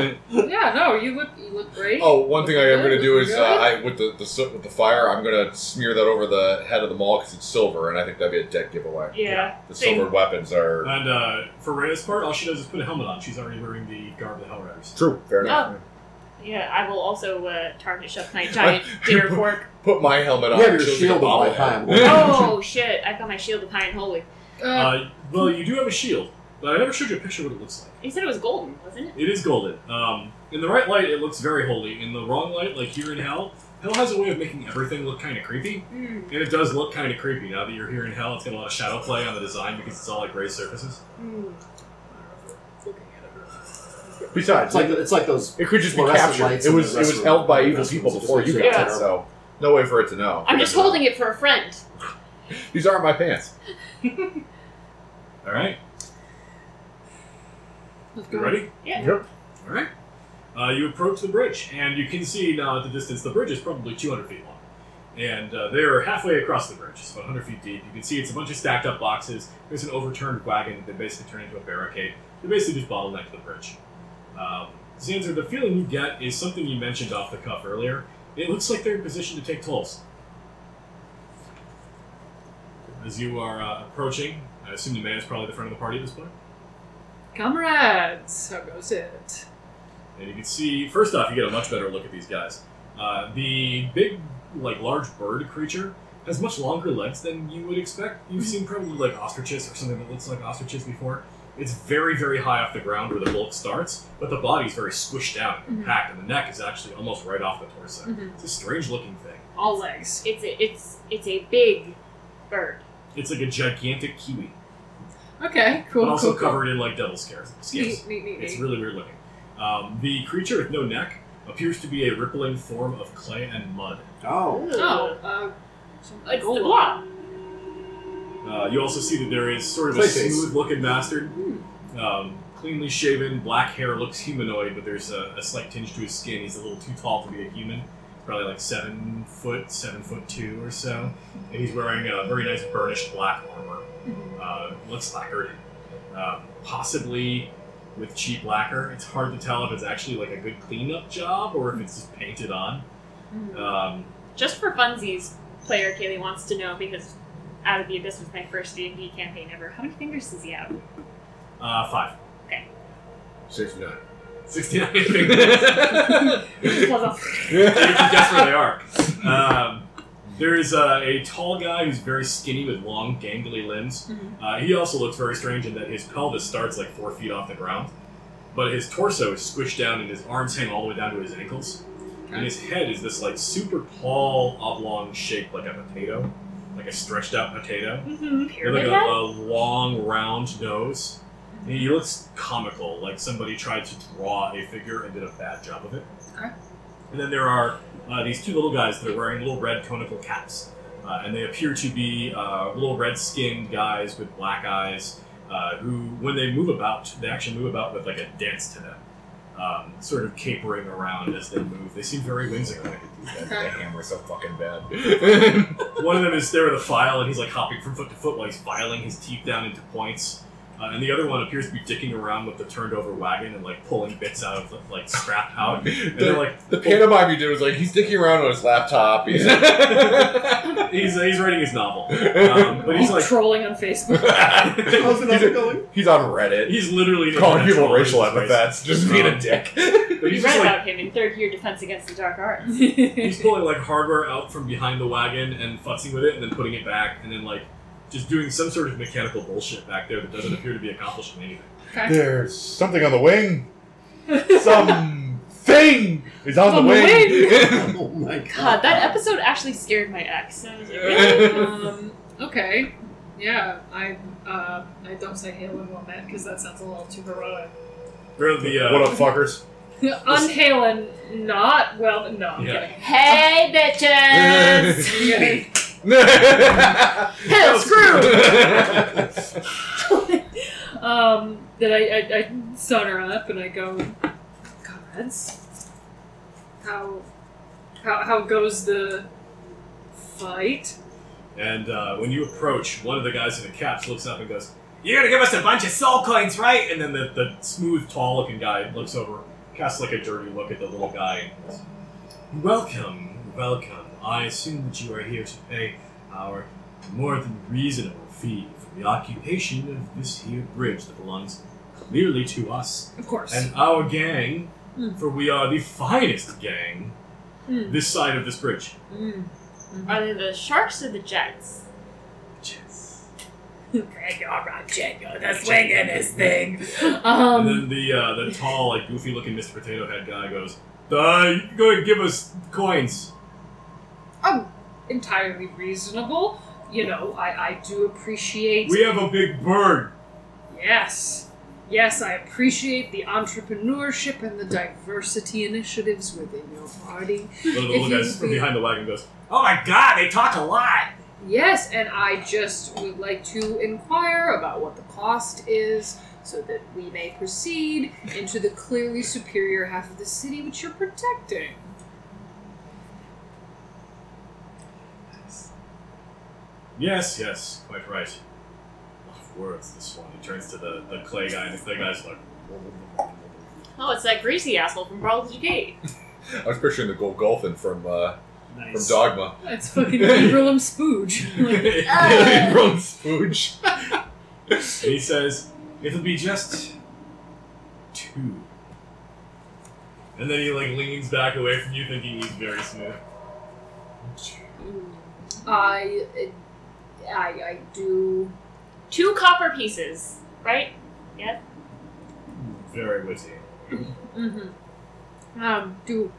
[SPEAKER 1] me.
[SPEAKER 4] Yeah, no, you look you look great.
[SPEAKER 3] Oh, one thing I am going to do is uh, I
[SPEAKER 4] Good.
[SPEAKER 3] with the, the soot with the fire, I'm going to smear that over the head of the mall because it's silver, and I think that'd be a dead giveaway.
[SPEAKER 1] Yeah.
[SPEAKER 3] The
[SPEAKER 1] Same.
[SPEAKER 3] silver weapons are
[SPEAKER 5] And uh, for Rhea's part, all she does is put a helmet on. She's already wearing the garb of the Hellriders.
[SPEAKER 1] Oh.
[SPEAKER 3] true. Fair enough.
[SPEAKER 1] Yeah, I will also uh, tarnish up my giant dinner fork.
[SPEAKER 3] Put my helmet on.
[SPEAKER 2] You have your
[SPEAKER 3] she'll get
[SPEAKER 2] shield
[SPEAKER 3] the
[SPEAKER 2] of all
[SPEAKER 3] bobblehead.
[SPEAKER 2] time.
[SPEAKER 1] Oh shit! I've got my shield of high and holy.
[SPEAKER 4] Uh,
[SPEAKER 5] Uh, well, you do have a shield, but I never showed you a picture of what it looks like.
[SPEAKER 1] He said it was golden, wasn't it?
[SPEAKER 5] It is golden. Um, in the right light, it looks very holy. In the wrong light, like here in Hell, Hell has a way of making everything look kind of creepy,
[SPEAKER 1] Mm.
[SPEAKER 5] and it does look kind of creepy. Now that you're here in Hell, it's got a lot of shadow play on the design because it's all like gray surfaces.
[SPEAKER 1] Mm.
[SPEAKER 3] Besides,
[SPEAKER 1] Oh.
[SPEAKER 2] It's like it's like those.
[SPEAKER 3] it could just be
[SPEAKER 2] Fluorescent
[SPEAKER 3] captured.
[SPEAKER 2] lights
[SPEAKER 3] It
[SPEAKER 2] in
[SPEAKER 3] was
[SPEAKER 2] the
[SPEAKER 3] it was
[SPEAKER 2] restaurant.
[SPEAKER 3] held by evil
[SPEAKER 2] Restaurants
[SPEAKER 3] people
[SPEAKER 2] just
[SPEAKER 3] before you
[SPEAKER 2] picture
[SPEAKER 1] that.
[SPEAKER 3] got it, so no way for it to know.
[SPEAKER 1] I'm just holding it for a friend.
[SPEAKER 3] These aren't my pants.
[SPEAKER 5] All right,
[SPEAKER 4] let's go.
[SPEAKER 5] you ready?
[SPEAKER 1] Yeah.
[SPEAKER 3] Yep.
[SPEAKER 5] All right. Uh, you approach the bridge, and you can see now at the distance the bridge is probably 200 feet long. And uh, they're halfway across the bridge. It's about 100 feet deep. You can see it's a bunch of stacked up boxes. There's an overturned wagon that they basically turned into a barricade. They're basically just bottlenecked the bridge. Um, Zanzer, the feeling you get is something you mentioned off the cuff earlier. It looks like they're in position to take tolls. As you are uh, approaching, I assume the man is probably the front of the party at this point.
[SPEAKER 4] Comrades, how goes it?
[SPEAKER 5] And you can see, first off, you get a much better look at these guys. Uh, the big, like, large bird creature has much longer legs than you would expect. You've seen probably, like, ostriches or something that looks like ostriches before. It's very, very high off the ground where the bulk starts, but the body's very squished down and
[SPEAKER 4] Mhm.
[SPEAKER 5] compact, and the neck is actually almost right off the torso.
[SPEAKER 4] Mhm.
[SPEAKER 5] It's a strange looking thing.
[SPEAKER 4] All legs.
[SPEAKER 1] It's a, it's it's a big bird.
[SPEAKER 5] It's like a gigantic kiwi,
[SPEAKER 4] Okay, cool.
[SPEAKER 5] but also
[SPEAKER 4] cool, cool.
[SPEAKER 5] covered in, like, devil's scales. scales.
[SPEAKER 4] Neat, neat, neat,
[SPEAKER 5] It's
[SPEAKER 4] neat.
[SPEAKER 5] really weird looking. Um, the creature with no neck appears to be a rippling form of clay and mud.
[SPEAKER 2] Oh,
[SPEAKER 4] oh, uh, some-
[SPEAKER 1] It's
[SPEAKER 4] oh,
[SPEAKER 1] the blob.
[SPEAKER 5] Uh, you also see that there is sort of a
[SPEAKER 2] Clayface.
[SPEAKER 5] smooth-looking bastard,
[SPEAKER 4] Hmm.
[SPEAKER 5] um, cleanly shaven, black hair, looks humanoid, but there's a, a slight tinge to his skin. He's a little too tall to be a human. He's probably like seven foot, seven foot two or so. And he's wearing a very nice burnished black armor,
[SPEAKER 1] Mm-hmm.
[SPEAKER 4] Mhm.
[SPEAKER 5] uh, looks lacquered, um, possibly with cheap lacquer. It's hard to tell if it's actually like a good cleanup job or if it's just painted on.
[SPEAKER 1] Mm-hmm.
[SPEAKER 4] Mhm.
[SPEAKER 5] Um,
[SPEAKER 1] Just for funsies, player Kaylee wants to know because Out of the Abyss was my first D and D campaign ever. How many fingers does he have?
[SPEAKER 5] uh, five.
[SPEAKER 3] Six nine.
[SPEAKER 5] 69 fingers. you can guess where they are. Um, there is uh, a tall guy who's very skinny with long, gangly limbs.
[SPEAKER 4] Mhm.
[SPEAKER 5] Uh, he also looks very strange in that his pelvis starts like four feet off the ground, but his torso is squished down and his arms hang all the way down to his ankles. And his head is this like super tall, oblong shape, like a potato, like a stretched out potato.
[SPEAKER 1] Mm-hmm.
[SPEAKER 5] With
[SPEAKER 1] Pyramid
[SPEAKER 5] like a,
[SPEAKER 1] head.
[SPEAKER 5] a long, round nose. And he looks comical, like somebody tried to draw a figure and did a bad job of it.
[SPEAKER 4] Okay.
[SPEAKER 5] And then there are uh, these two little guys that are wearing little red conical caps. Uh, and they appear to be uh, little red skinned guys with black eyes uh, who, when they move about, they actually move about with like a dance to them. Um, sort of capering around as they move. They seem very whimsical.
[SPEAKER 3] That hammer's so fucking bad.
[SPEAKER 5] One of them is there with a file, and he's like hopping from foot to foot while he's filing his teeth down into points. Uh, and the other one appears to be dicking around with the turned over wagon and like pulling bits out of like scrap out. And they're
[SPEAKER 3] the,
[SPEAKER 5] like,
[SPEAKER 3] the pantomime he did was like he's dicking around on his laptop. He's
[SPEAKER 5] he's, he's writing his novel. Um, but he's like,
[SPEAKER 4] trolling on Facebook.
[SPEAKER 2] how's
[SPEAKER 3] he's,
[SPEAKER 2] another going?
[SPEAKER 3] he's on Reddit
[SPEAKER 5] he's literally
[SPEAKER 3] calling
[SPEAKER 5] internet
[SPEAKER 3] people
[SPEAKER 5] trolling
[SPEAKER 3] racial
[SPEAKER 5] his race.
[SPEAKER 3] epithets, just being a dick.
[SPEAKER 5] Um, But
[SPEAKER 1] We
[SPEAKER 5] he's
[SPEAKER 1] read
[SPEAKER 5] just like,
[SPEAKER 1] about him in third year defense against the dark arts.
[SPEAKER 5] he's pulling like hardware out from behind the wagon and futzing with it and then putting it back and then like just doing some sort of mechanical bullshit back there that doesn't appear to be accomplishing anything.
[SPEAKER 4] okay.
[SPEAKER 3] There's something on the wing. Something is on,
[SPEAKER 4] On
[SPEAKER 3] the
[SPEAKER 4] the
[SPEAKER 3] wing.
[SPEAKER 2] Oh my god!
[SPEAKER 1] God, that episode actually scared my ex. I was like, really?
[SPEAKER 4] um, okay. Yeah, I uh, I don't say Halo and Womet because that sounds a little too heroic.
[SPEAKER 5] Or the uh,
[SPEAKER 3] what up, fuckers?
[SPEAKER 4] Unhalen, not well. No, I'm
[SPEAKER 5] Yeah.
[SPEAKER 4] kidding.
[SPEAKER 1] Hey, bitches!
[SPEAKER 4] Yeah.
[SPEAKER 1] Hell, screw!
[SPEAKER 4] um, that I, I, I sun her up and I go, comrades, how, how, how goes the fight?
[SPEAKER 5] And uh, when you approach, one of the guys in the caps looks up and goes, "You're gonna give us a bunch of soul coins, right?" And then the, the smooth, tall-looking guy looks over, casts like a dirty look at the little guy. and goes, Welcome, welcome. I assume that you are here to pay our more than reasonable fee for the occupation of this here bridge that belongs clearly to us
[SPEAKER 4] Of course.
[SPEAKER 5] and our gang
[SPEAKER 4] Mm.
[SPEAKER 5] for we are the finest gang
[SPEAKER 4] Mm.
[SPEAKER 5] this side of this bridge.
[SPEAKER 4] Mm.
[SPEAKER 1] Are they the sharks or the jets?
[SPEAKER 4] Greg, all right, Django, that's winging this thing. Um,
[SPEAKER 5] and then the uh, the tall, like goofy looking Mr. Potato Head guy goes, "Uh, you can go and give us coins."
[SPEAKER 4] entirely reasonable. You know, I, I do appreciate.
[SPEAKER 5] We have a big bird.
[SPEAKER 4] yes. Yes, I appreciate the entrepreneurship and the diversity initiatives within your party.
[SPEAKER 5] One of the
[SPEAKER 4] If
[SPEAKER 5] little
[SPEAKER 4] you-
[SPEAKER 5] guys from behind the wagon goes, "Oh my god, they talk a lot."
[SPEAKER 4] Yes, and I just would like to inquire about what the cost is so that we may proceed into the clearly superior half of the city which you're protecting.
[SPEAKER 5] Yes, yes, quite right. A lot of words. This one. He turns to the, the clay guy, and the clay guy's like,
[SPEAKER 1] Oh, it's that greasy asshole from Baldur's Gate.
[SPEAKER 3] I was picturing the Golgothan from uh, from
[SPEAKER 6] Nice.
[SPEAKER 3] Dogma.
[SPEAKER 4] That's fucking Abram Spooge. Like, Ah.
[SPEAKER 3] from Spooge.
[SPEAKER 5] And he says, "It'll be just two. And then he like leans back away from you, thinking he's very smooth.
[SPEAKER 4] I, I, I do.
[SPEAKER 1] Two copper pieces, right?
[SPEAKER 5] Very witty.
[SPEAKER 4] Mm-hmm. Um, do,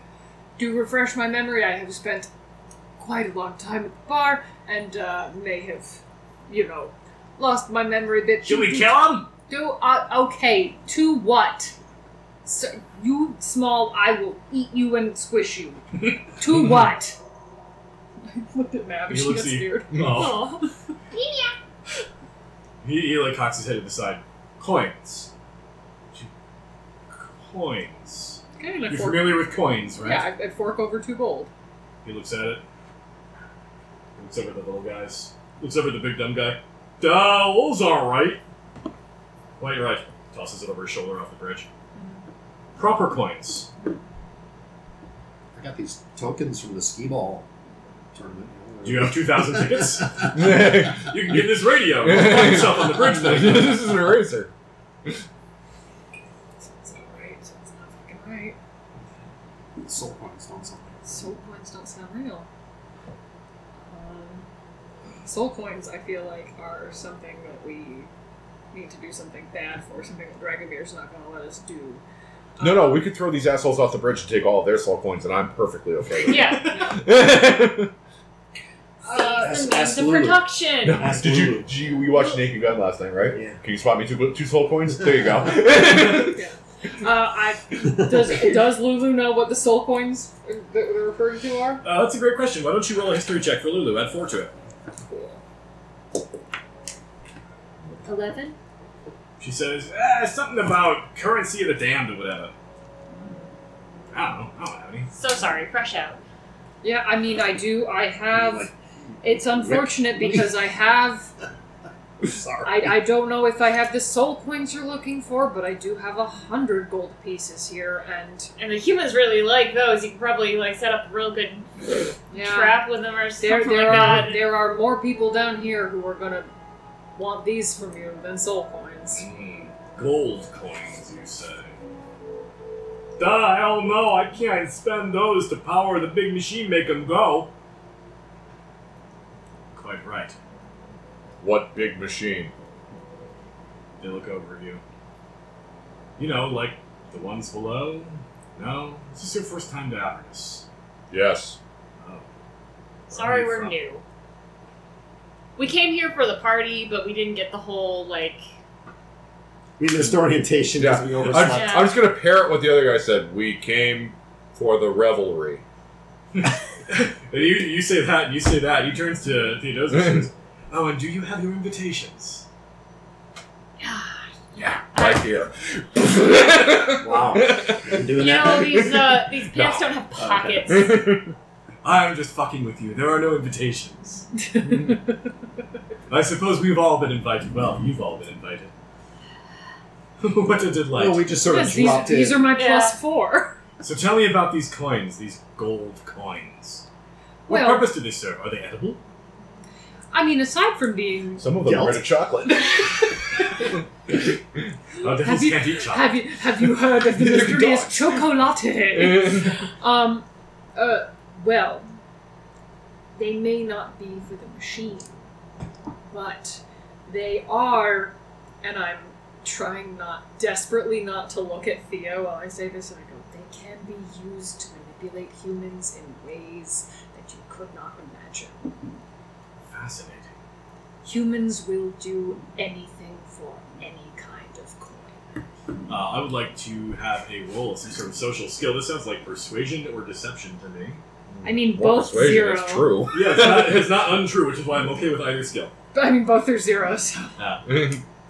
[SPEAKER 4] do refresh my memory. I have spent quite a long time at the bar and uh, may have, you know, lost my memory a bit.
[SPEAKER 5] Should we kill him?
[SPEAKER 4] Do uh, okay. To what? So, you small, I will eat you and squish you. to what? I looked at Mav and
[SPEAKER 5] He
[SPEAKER 4] she got
[SPEAKER 5] looks at you.
[SPEAKER 4] scared.
[SPEAKER 5] No.
[SPEAKER 1] Oh.
[SPEAKER 5] He, he like cocks his head to the side. Coins. Two Coins.
[SPEAKER 4] Okay, and I
[SPEAKER 5] You're
[SPEAKER 4] fork.
[SPEAKER 5] familiar with coins, right?
[SPEAKER 4] Yeah, I, I fork over two gold.
[SPEAKER 5] He looks at it. Looks over at the little guys. Looks over at the big dumb guy. Dowel's alright. Quite right. Tosses it over his shoulder off the bridge. Proper coins.
[SPEAKER 2] I got these tokens from the skee ball tournament.
[SPEAKER 5] Do you have 2,000 tickets?
[SPEAKER 3] this
[SPEAKER 5] You can get this radio. Find yourself on the bridge then.
[SPEAKER 3] is an eraser.
[SPEAKER 4] Sounds not right. Sounds not fucking right.
[SPEAKER 2] soul coins? Don't soul coins.
[SPEAKER 4] Soul coins don't sound real. Um, soul coins, I feel like, are something that we need to do something bad for. Something that Dragomir's not going to let us do. Um,
[SPEAKER 3] No, no, we could throw these assholes off the bridge and take all of their soul coins, and I'm perfectly okay with
[SPEAKER 1] Yeah.
[SPEAKER 3] it.
[SPEAKER 4] Uh,
[SPEAKER 2] Yes,
[SPEAKER 1] Season one, the
[SPEAKER 2] absolutely.
[SPEAKER 1] production.
[SPEAKER 3] No, did you, did you you watched Naked Gun last night, right?
[SPEAKER 2] Yeah.
[SPEAKER 3] Can you spot me two two soul coins? There you go.
[SPEAKER 4] Uh, I does does Lulu know what the soul coins that we're referring to are?
[SPEAKER 5] Uh, that's a great question. Why don't you roll a history check for Lulu? Add 4 to it.
[SPEAKER 1] Eleven.
[SPEAKER 5] She says, eh, something about currency of the damned or whatever. I don't know. I don't have any.
[SPEAKER 1] So sorry, fresh out.
[SPEAKER 4] Yeah, I mean, I do. I have. It's unfortunate because I have.
[SPEAKER 2] Sorry.
[SPEAKER 4] I, I don't know if I have the soul coins you're looking for, but I do have a hundred gold pieces here, and
[SPEAKER 1] And the humans really like those. You can probably like set up a real good
[SPEAKER 4] yeah,
[SPEAKER 1] trap with them or
[SPEAKER 4] there
[SPEAKER 1] something
[SPEAKER 4] there
[SPEAKER 1] like
[SPEAKER 4] are
[SPEAKER 1] that.
[SPEAKER 4] there are more people down here who are gonna want these from you than soul coins.
[SPEAKER 5] Mm, gold coins, you say? Duh, hell no, I can't spend those to power the big machine, make them go. Quite right.
[SPEAKER 3] what big machine?
[SPEAKER 5] They look over at you. You know, like the ones below? No? Is this your first time to Avernus?
[SPEAKER 3] Yes.
[SPEAKER 5] Oh.
[SPEAKER 1] Sorry,
[SPEAKER 5] Where
[SPEAKER 1] we're
[SPEAKER 5] are you
[SPEAKER 1] new. We came here for the party, but we didn't get the whole like.
[SPEAKER 2] We missed orientation because
[SPEAKER 3] Yeah.
[SPEAKER 2] we
[SPEAKER 3] I'm,
[SPEAKER 2] overslept.
[SPEAKER 1] Yeah.
[SPEAKER 3] I'm just gonna parrot what the other guy said. We came for the revelry.
[SPEAKER 5] from? And You, you say that, and you say that. He turns to Theodosius and says, Oh, and do you have your invitations?
[SPEAKER 3] Yeah,
[SPEAKER 1] right
[SPEAKER 3] here.
[SPEAKER 2] Wow. You're
[SPEAKER 1] You
[SPEAKER 2] doing
[SPEAKER 1] know
[SPEAKER 2] that?
[SPEAKER 1] these uh, these pants don't have pockets.
[SPEAKER 5] I'm just fucking with you. There are no invitations. I suppose we've all been invited. Well, you've all been invited. what a delight.
[SPEAKER 2] No, we just sort of
[SPEAKER 4] Yes, these,
[SPEAKER 2] dropped in.
[SPEAKER 4] these are my
[SPEAKER 1] Yeah.
[SPEAKER 4] plus four.
[SPEAKER 5] So tell me about these coins, these gold coins. What
[SPEAKER 4] Well-
[SPEAKER 5] purpose do they serve? Are they edible?
[SPEAKER 4] I mean, aside from being
[SPEAKER 3] Some of them are
[SPEAKER 2] Yelp.
[SPEAKER 3] made of chocolate.
[SPEAKER 5] Oh,
[SPEAKER 4] Have
[SPEAKER 5] devils
[SPEAKER 4] you-
[SPEAKER 5] can't eat chocolate.
[SPEAKER 4] Have you have you heard of the
[SPEAKER 3] Neither can
[SPEAKER 4] mysterious
[SPEAKER 3] dogs.
[SPEAKER 4] chocolate?
[SPEAKER 3] Eh,
[SPEAKER 4] um, uh, well, they may not be for the machine, but they are, and I'm trying not desperately not to look at Theo while I say this, and I go, they can be used to manipulate humans in ways that you could not imagine.
[SPEAKER 5] Fascinating.
[SPEAKER 4] Humans will do anything for any kind of coin.
[SPEAKER 5] Uh, I would like to have a roll of some sort of social skill. This sounds like persuasion or deception to me.
[SPEAKER 4] I mean,
[SPEAKER 3] well,
[SPEAKER 4] both
[SPEAKER 3] persuasion
[SPEAKER 4] zero.
[SPEAKER 3] is true.
[SPEAKER 5] Yeah, it's not, it's not untrue, which is why I'm okay with either skill.
[SPEAKER 4] But I mean, both are zeros.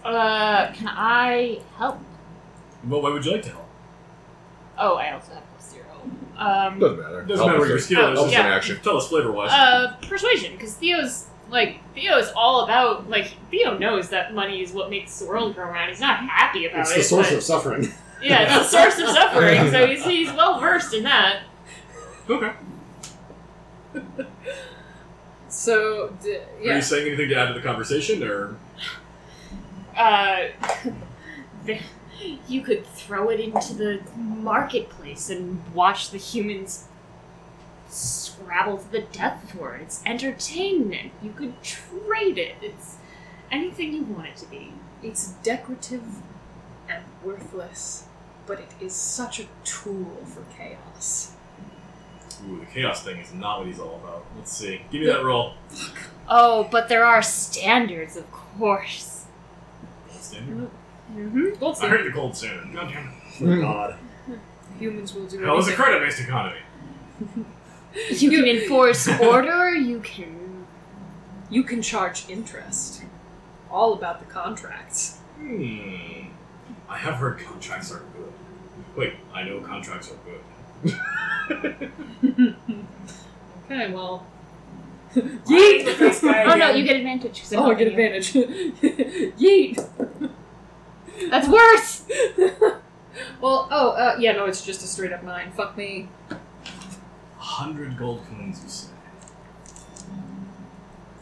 [SPEAKER 1] Uh, can I help?
[SPEAKER 5] Well, why would you like to help?
[SPEAKER 1] Oh, I also have plus zero. Um,
[SPEAKER 3] Doesn't matter.
[SPEAKER 5] It doesn't matter what your skill is.
[SPEAKER 3] Help us
[SPEAKER 5] just
[SPEAKER 1] Yeah.
[SPEAKER 3] in action.
[SPEAKER 5] Tell us flavor wise.
[SPEAKER 1] uh, persuasion, because Theo's like Theo is all about like Theo knows that money is what makes the world go around. He's not happy about
[SPEAKER 2] It's
[SPEAKER 1] it.
[SPEAKER 2] the source
[SPEAKER 1] but-
[SPEAKER 2] of suffering.
[SPEAKER 1] yeah, it's the source of suffering. So he's, he's well versed in that.
[SPEAKER 5] okay.
[SPEAKER 4] So, d-
[SPEAKER 5] Are
[SPEAKER 4] yeah.
[SPEAKER 5] you saying anything to add to the conversation, or
[SPEAKER 1] Uh, you could throw it into the marketplace and watch the humans scrabble to the death for it. It's entertainment. You could trade it. It's anything you want it to be.
[SPEAKER 4] It's decorative and worthless, but it is such a tool for chaos.
[SPEAKER 5] ooh, the chaos thing is not what he's all about? Let's see. Give me that roll.
[SPEAKER 1] Oh, but there are standards, of course.
[SPEAKER 5] Standard.
[SPEAKER 1] Mm-hmm.
[SPEAKER 4] Gold
[SPEAKER 5] I
[SPEAKER 4] standard.
[SPEAKER 5] heard the cold soon. God damn it.
[SPEAKER 2] Oh God.
[SPEAKER 4] Humans will do
[SPEAKER 5] Hell is a
[SPEAKER 4] anything.
[SPEAKER 5] credit-based economy.
[SPEAKER 1] You can enforce order. You can.
[SPEAKER 4] You can charge interest. All about the contracts.
[SPEAKER 5] Hmm. I have heard contracts are good. Wait, I know contracts are good.
[SPEAKER 4] okay, well.
[SPEAKER 5] This
[SPEAKER 4] Yeet!
[SPEAKER 5] guy
[SPEAKER 1] Oh no,
[SPEAKER 5] again.
[SPEAKER 1] you get advantage. 'cause I'm
[SPEAKER 4] Oh, I get
[SPEAKER 1] helping you.
[SPEAKER 4] advantage. Yeet!
[SPEAKER 1] That's worse.
[SPEAKER 4] Well, oh, uh, yeah, no, it's just a straight up nine. Fuck me.
[SPEAKER 5] hundred gold coins, you say.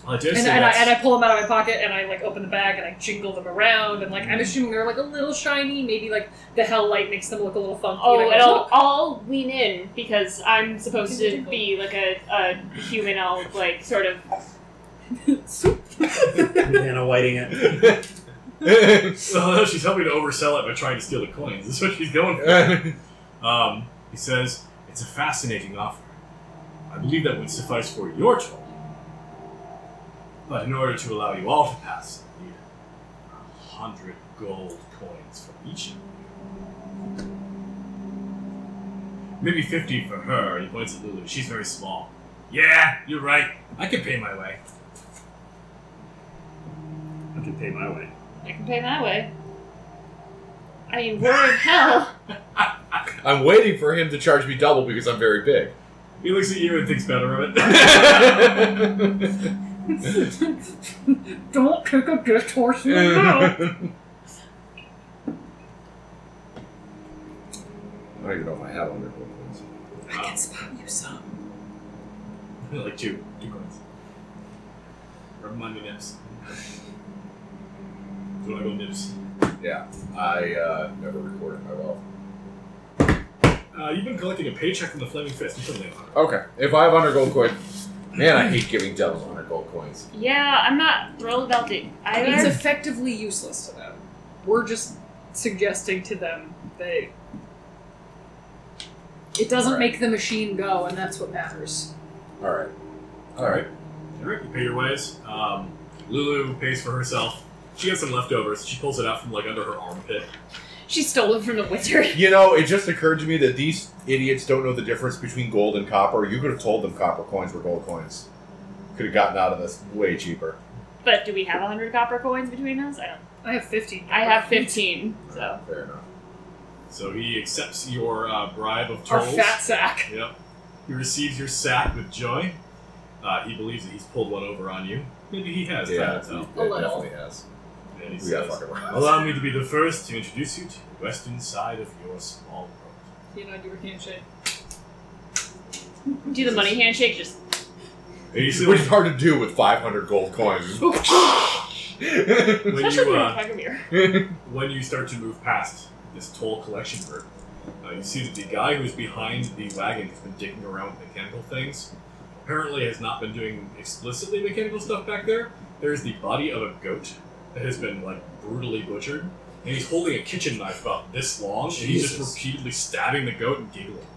[SPEAKER 5] I dare
[SPEAKER 4] and,
[SPEAKER 5] say
[SPEAKER 4] and, I,
[SPEAKER 5] that's,
[SPEAKER 4] and I pull them out of my pocket and I like open the bag and I jingle them around and like I'm assuming they're like a little shiny. Maybe like the hell light makes them look a little funky.
[SPEAKER 1] Oh,
[SPEAKER 4] and I
[SPEAKER 1] and
[SPEAKER 4] go,
[SPEAKER 1] I'll,
[SPEAKER 4] "Look."
[SPEAKER 1] I'll lean in because I'm supposed to be like a, a human. I'll like sort of.
[SPEAKER 2] Hannah whiting it.
[SPEAKER 5] Oh, she's helping to oversell it by trying to steal the coins. That's what she's going for. Um, he says, It's a fascinating offer. I believe that would suffice for your trouble. But in order to allow you all to pass, I need a hundred gold coins from each of you. Maybe fifty for her, he points at Lulu. She's very small. Yeah, you're right. I could pay my way.
[SPEAKER 2] I can pay my way.
[SPEAKER 1] I can pay my way. I mean, we're in hell.
[SPEAKER 3] I'm waiting for him to charge me double because I'm very big.
[SPEAKER 5] He looks at you and thinks better of it.
[SPEAKER 3] yeah,
[SPEAKER 4] don't kick a dead horse in the mouth.
[SPEAKER 3] I don't even know if I have on there. coins.
[SPEAKER 4] I can spot you some.
[SPEAKER 5] like two, two coins. Rub them on your nips. Do I go nips?
[SPEAKER 3] Yeah, I uh, never recorded my wealth.
[SPEAKER 5] Uh, you've been collecting a paycheck from the Flaming Fist. You shouldn't leave it.
[SPEAKER 3] Okay, if I have 100 gold coins, man, I hate giving devils 100 gold coins.
[SPEAKER 1] Yeah, I'm not thrilled about it
[SPEAKER 4] It's
[SPEAKER 1] either.
[SPEAKER 4] effectively useless to them. We're just suggesting to them they. It doesn't
[SPEAKER 3] Right.
[SPEAKER 4] make the machine go, and that's what matters.
[SPEAKER 3] All right, all right.
[SPEAKER 5] All right, you pay your ways. Um, Lulu pays for herself. She has some leftovers. She pulls it out from like under her armpit.
[SPEAKER 1] She stole it from the wizard.
[SPEAKER 3] You know, it just occurred to me that these idiots don't know the difference between gold and copper. You could have told them copper coins were gold coins. Could have gotten out of this way cheaper.
[SPEAKER 1] But do we have 100 copper coins between us? I don't.
[SPEAKER 4] I have 50.
[SPEAKER 1] I have 15, so.
[SPEAKER 3] Fair enough.
[SPEAKER 5] So he accepts your uh, bribe of
[SPEAKER 4] Our
[SPEAKER 5] tolls.
[SPEAKER 4] fat sack.
[SPEAKER 5] Yep. He receives your sack with joy. Uh, he believes that he's pulled one over on you. Maybe he has.
[SPEAKER 3] Yeah.
[SPEAKER 5] I don't know.
[SPEAKER 3] It
[SPEAKER 4] A little.
[SPEAKER 3] definitely has.
[SPEAKER 5] And he
[SPEAKER 3] We gotta
[SPEAKER 5] says,
[SPEAKER 3] fuck around.
[SPEAKER 5] Allow me to be the first to introduce you to the western side of your small world.
[SPEAKER 4] You know, do a handshake.
[SPEAKER 1] Do the money handshake, just.
[SPEAKER 5] Hey, you see
[SPEAKER 3] Which is
[SPEAKER 5] those-
[SPEAKER 3] hard to do with 500 gold coins.
[SPEAKER 5] When
[SPEAKER 1] Especially
[SPEAKER 5] you
[SPEAKER 1] when
[SPEAKER 5] uh,
[SPEAKER 1] you're Kagomir.
[SPEAKER 5] when you start to move past this toll collection group, uh, you see that the guy who's behind the wagon has been digging around with mechanical things. Apparently, has not been doing explicitly mechanical stuff back there. There is the body of a goat that has been like brutally butchered, and he's holding a kitchen knife about this long, and he's
[SPEAKER 2] Jesus.
[SPEAKER 5] just repeatedly stabbing the goat and giggling.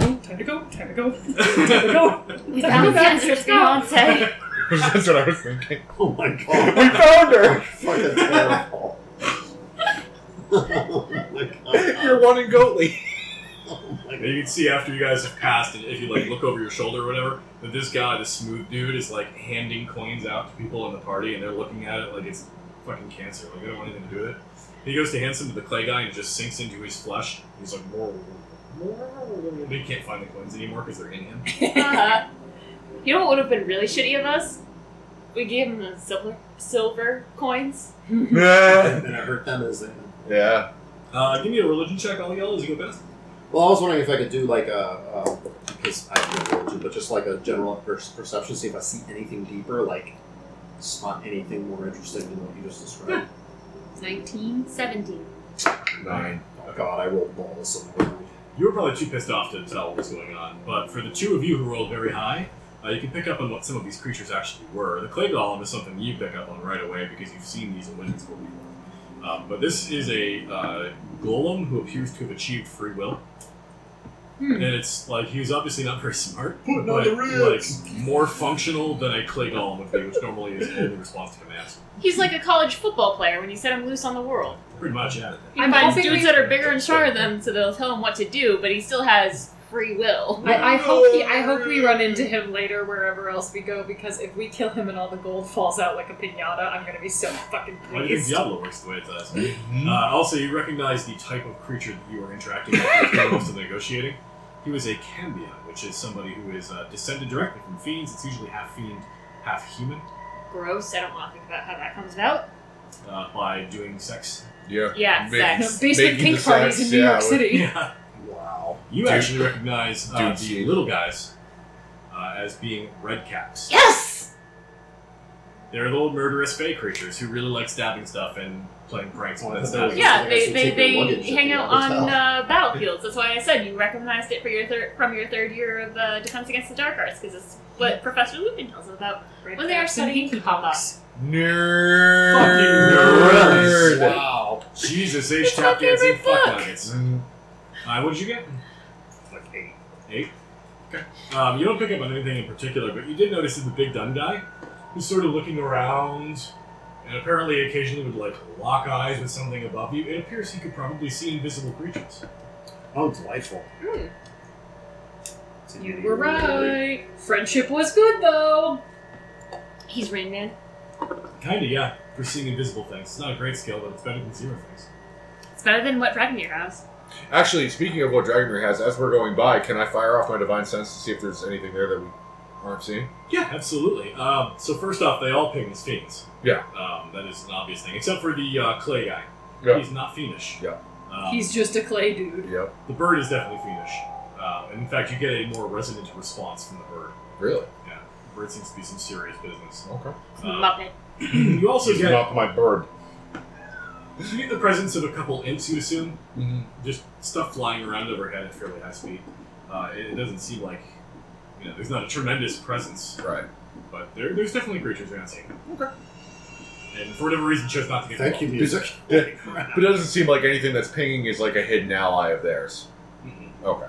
[SPEAKER 4] Go, time to go, time to go, time to go.
[SPEAKER 6] We found Sandra's fiance.
[SPEAKER 3] That's what I was thinking.
[SPEAKER 2] Oh my
[SPEAKER 3] We
[SPEAKER 2] god.
[SPEAKER 3] found her.
[SPEAKER 2] Fucking terrible. oh my god.
[SPEAKER 3] You're one and goatly.
[SPEAKER 2] Oh my
[SPEAKER 5] And you can see after you guys have passed, and if you like look over your shoulder or whatever, that this guy, this smooth dude, is like handing coins out to people in the party, and they're looking at it like it's fucking cancer. Like they don't want anything to do with it. He goes to hand some to the clay guy and just sinks into his flesh. He's like, more, He can't find the coins anymore because they're in him.
[SPEAKER 1] Uh-huh. You know what would have been really shitty of us? We gave him the silver silver coins.
[SPEAKER 3] yeah.
[SPEAKER 2] god. And I hurt them as they.
[SPEAKER 3] Yeah.
[SPEAKER 5] Uh, give me a religion check, all y'all, as you go past.
[SPEAKER 2] Well, I was wondering if I could do like a, um, because I have no religion, but just like a general per- perception, see if I see anything deeper, like spot anything more interesting than what you just described.
[SPEAKER 6] 19, 17.
[SPEAKER 3] Nine.
[SPEAKER 2] Oh god, I rolled balls on the ground.
[SPEAKER 5] You were probably too pissed off to tell what was going on, but for the two of you who rolled very high, uh, you can pick up on what some of these creatures actually were. The clay golem is something you pick up on right away because you've seen these in Wizard School before. Um, but this is a uh, golem who appears to have achieved free will.
[SPEAKER 4] Hmm.
[SPEAKER 5] And it's like he was obviously not very smart,
[SPEAKER 3] Putting
[SPEAKER 5] but
[SPEAKER 3] on the ribs.
[SPEAKER 5] like more functional than a clay golem would be, which normally is only response to commands.
[SPEAKER 1] He's like a college football player when you set him loose on the world.
[SPEAKER 5] Pretty much, yeah.
[SPEAKER 1] He
[SPEAKER 4] I'm
[SPEAKER 1] finds
[SPEAKER 4] hoping
[SPEAKER 1] dudes
[SPEAKER 4] we-
[SPEAKER 1] that are bigger and stronger than him, so they'll tell him what to do, but he still has free will.
[SPEAKER 4] I, I hope he, I hope we run into him later wherever else we go because if we kill him and all the gold falls out like a pinata, I'm gonna be so fucking
[SPEAKER 5] Why do you think
[SPEAKER 4] pleased.
[SPEAKER 5] Diablo works the way it does?
[SPEAKER 3] Mm-hmm.
[SPEAKER 5] Uh, also, you recognize the type of creature that you are interacting with when you're also negotiating. He was a cambion, which is somebody who is uh, descended directly from fiends. It's usually half fiend, half human,
[SPEAKER 1] Gross. I don't want to think about how that comes about.
[SPEAKER 5] uh, by doing sex.
[SPEAKER 3] Yeah.
[SPEAKER 1] Yeah,
[SPEAKER 3] Big.
[SPEAKER 1] sex.
[SPEAKER 4] No, basement
[SPEAKER 3] Making
[SPEAKER 4] pink
[SPEAKER 3] the
[SPEAKER 4] parties
[SPEAKER 3] sex,
[SPEAKER 4] in New
[SPEAKER 3] yeah,
[SPEAKER 4] York
[SPEAKER 3] with-
[SPEAKER 4] City.
[SPEAKER 5] Yeah.
[SPEAKER 2] Wow.
[SPEAKER 5] You
[SPEAKER 3] Dude.
[SPEAKER 5] actually recognize uh,
[SPEAKER 3] Dude,
[SPEAKER 5] the
[SPEAKER 3] shit.
[SPEAKER 5] little guys uh, as being red caps.
[SPEAKER 6] Yes!
[SPEAKER 5] They're little murderous fey creatures who really like stabbing stuff and playing pranks.
[SPEAKER 2] Oh, I
[SPEAKER 5] when that's
[SPEAKER 2] thought that was-
[SPEAKER 5] happening.
[SPEAKER 1] Yeah,
[SPEAKER 2] Like, I
[SPEAKER 1] they,
[SPEAKER 2] should
[SPEAKER 1] they,
[SPEAKER 2] take your luggage
[SPEAKER 1] they
[SPEAKER 2] at
[SPEAKER 1] hang
[SPEAKER 2] the
[SPEAKER 1] out
[SPEAKER 2] hotel.
[SPEAKER 1] on uh, battlefields. That's why I said you recognized it for your third from your third year of uh, Defense Against the Dark Arts because it's what Professor Lupin tells us about. When they are studying
[SPEAKER 4] hawks.
[SPEAKER 3] Nerd.
[SPEAKER 5] Fucking nerd.
[SPEAKER 2] Wow.
[SPEAKER 5] Jesus, age
[SPEAKER 1] It's my
[SPEAKER 5] tap dancing,
[SPEAKER 1] favorite
[SPEAKER 5] fuck
[SPEAKER 1] book.
[SPEAKER 5] nuggets.
[SPEAKER 3] Mm,
[SPEAKER 5] Uh, what did you get? Like eight. Eight? Okay. Um, you don't pick up on anything in particular, but you did notice that the big dun guy was sort of looking around and apparently occasionally would like lock eyes with something above you. It appears he could probably see invisible creatures.
[SPEAKER 2] Oh, delightful.
[SPEAKER 4] You Hmm. were right. Friendship was good though.
[SPEAKER 1] He's Rain Man.
[SPEAKER 5] Kinda, yeah, for seeing invisible things. It's not a great skill, but it's better than zero things.
[SPEAKER 1] It's better than what Dragomir has.
[SPEAKER 3] Actually, speaking of what Dragomir has, as we're going by, can I fire off my divine sense to see if there's anything there that we aren't seeing?
[SPEAKER 5] Yeah, absolutely. Um, so first off, they all ping as fiends.
[SPEAKER 3] Yeah.
[SPEAKER 5] Um, that is an obvious thing, except for the uh, clay guy.
[SPEAKER 3] Yeah.
[SPEAKER 5] He's not fiendish.
[SPEAKER 3] Yeah.
[SPEAKER 5] Um,
[SPEAKER 4] He's just a clay dude.
[SPEAKER 3] Yep.
[SPEAKER 5] The bird is definitely fiendish. Um, and in fact, you get a more resonant response from the bird.
[SPEAKER 3] Really?
[SPEAKER 5] The bird seems to be some serious business.
[SPEAKER 3] Okay.
[SPEAKER 1] It's a
[SPEAKER 5] Uh,
[SPEAKER 1] Muppet.
[SPEAKER 5] you also
[SPEAKER 3] He's
[SPEAKER 5] get,
[SPEAKER 3] not my bird.
[SPEAKER 5] you get the presence of a couple imps, you assume.
[SPEAKER 3] Mm-hmm.
[SPEAKER 5] Just stuff flying around overhead at fairly high speed. Uh, it, it doesn't seem like, you know, there's not a tremendous presence,
[SPEAKER 3] Right.
[SPEAKER 5] but there, there's definitely creatures you're not seeing. Okay. And for whatever reason, chose not to get
[SPEAKER 2] Thank you,
[SPEAKER 5] involved.
[SPEAKER 2] music.
[SPEAKER 3] Yeah.
[SPEAKER 2] Holy crap.
[SPEAKER 3] But it doesn't seem like anything that's pinging is like a hidden ally of theirs.
[SPEAKER 5] Mhm.
[SPEAKER 3] Okay.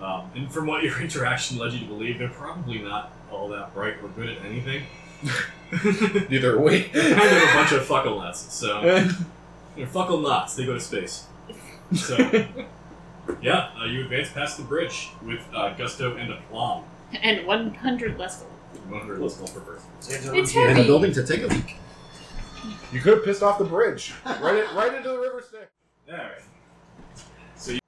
[SPEAKER 5] Um, and from what your interaction led you to believe, they're probably not all that bright or good at anything.
[SPEAKER 3] Neither are we.
[SPEAKER 5] They're kind of a bunch of fuckle nuts, so. They're fuckle nuts. They go to space. So, yeah, uh, you advance past the bridge with uh, gusto and aplomb.
[SPEAKER 1] And 100 less gold.
[SPEAKER 5] 100 less gold per person.
[SPEAKER 4] It's
[SPEAKER 2] In the
[SPEAKER 4] heavy.
[SPEAKER 2] building to take a leak.
[SPEAKER 3] you could have pissed off the bridge. Right, in, right into the river stick.
[SPEAKER 5] All right. So you,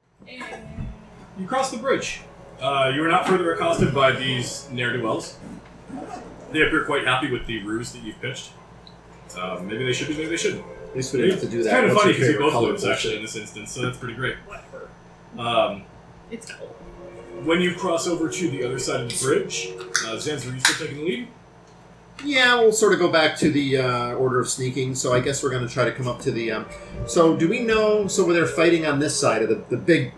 [SPEAKER 5] you cross the bridge. Uh, you are not further accosted by these ne'er do wells. They appear quite happy with the ruse that you've pitched. Uh, maybe they should be, maybe they shouldn't.
[SPEAKER 2] At least we didn't have to do that.
[SPEAKER 5] It's kind of
[SPEAKER 2] What's
[SPEAKER 5] funny
[SPEAKER 2] your
[SPEAKER 5] because you
[SPEAKER 2] favorite
[SPEAKER 5] both
[SPEAKER 2] color
[SPEAKER 5] lose
[SPEAKER 2] bullshit?
[SPEAKER 5] actually in this instance, so that's pretty great. Um,
[SPEAKER 4] It's cold.
[SPEAKER 5] When you cross over to the other side of the bridge, uh, Zanzer, you still taking the lead?
[SPEAKER 2] Yeah, we'll sort of go back to the uh, order of sneaking. So I guess we're going to try to come up to the. Um, so do we know? So where they're fighting on this side of the the big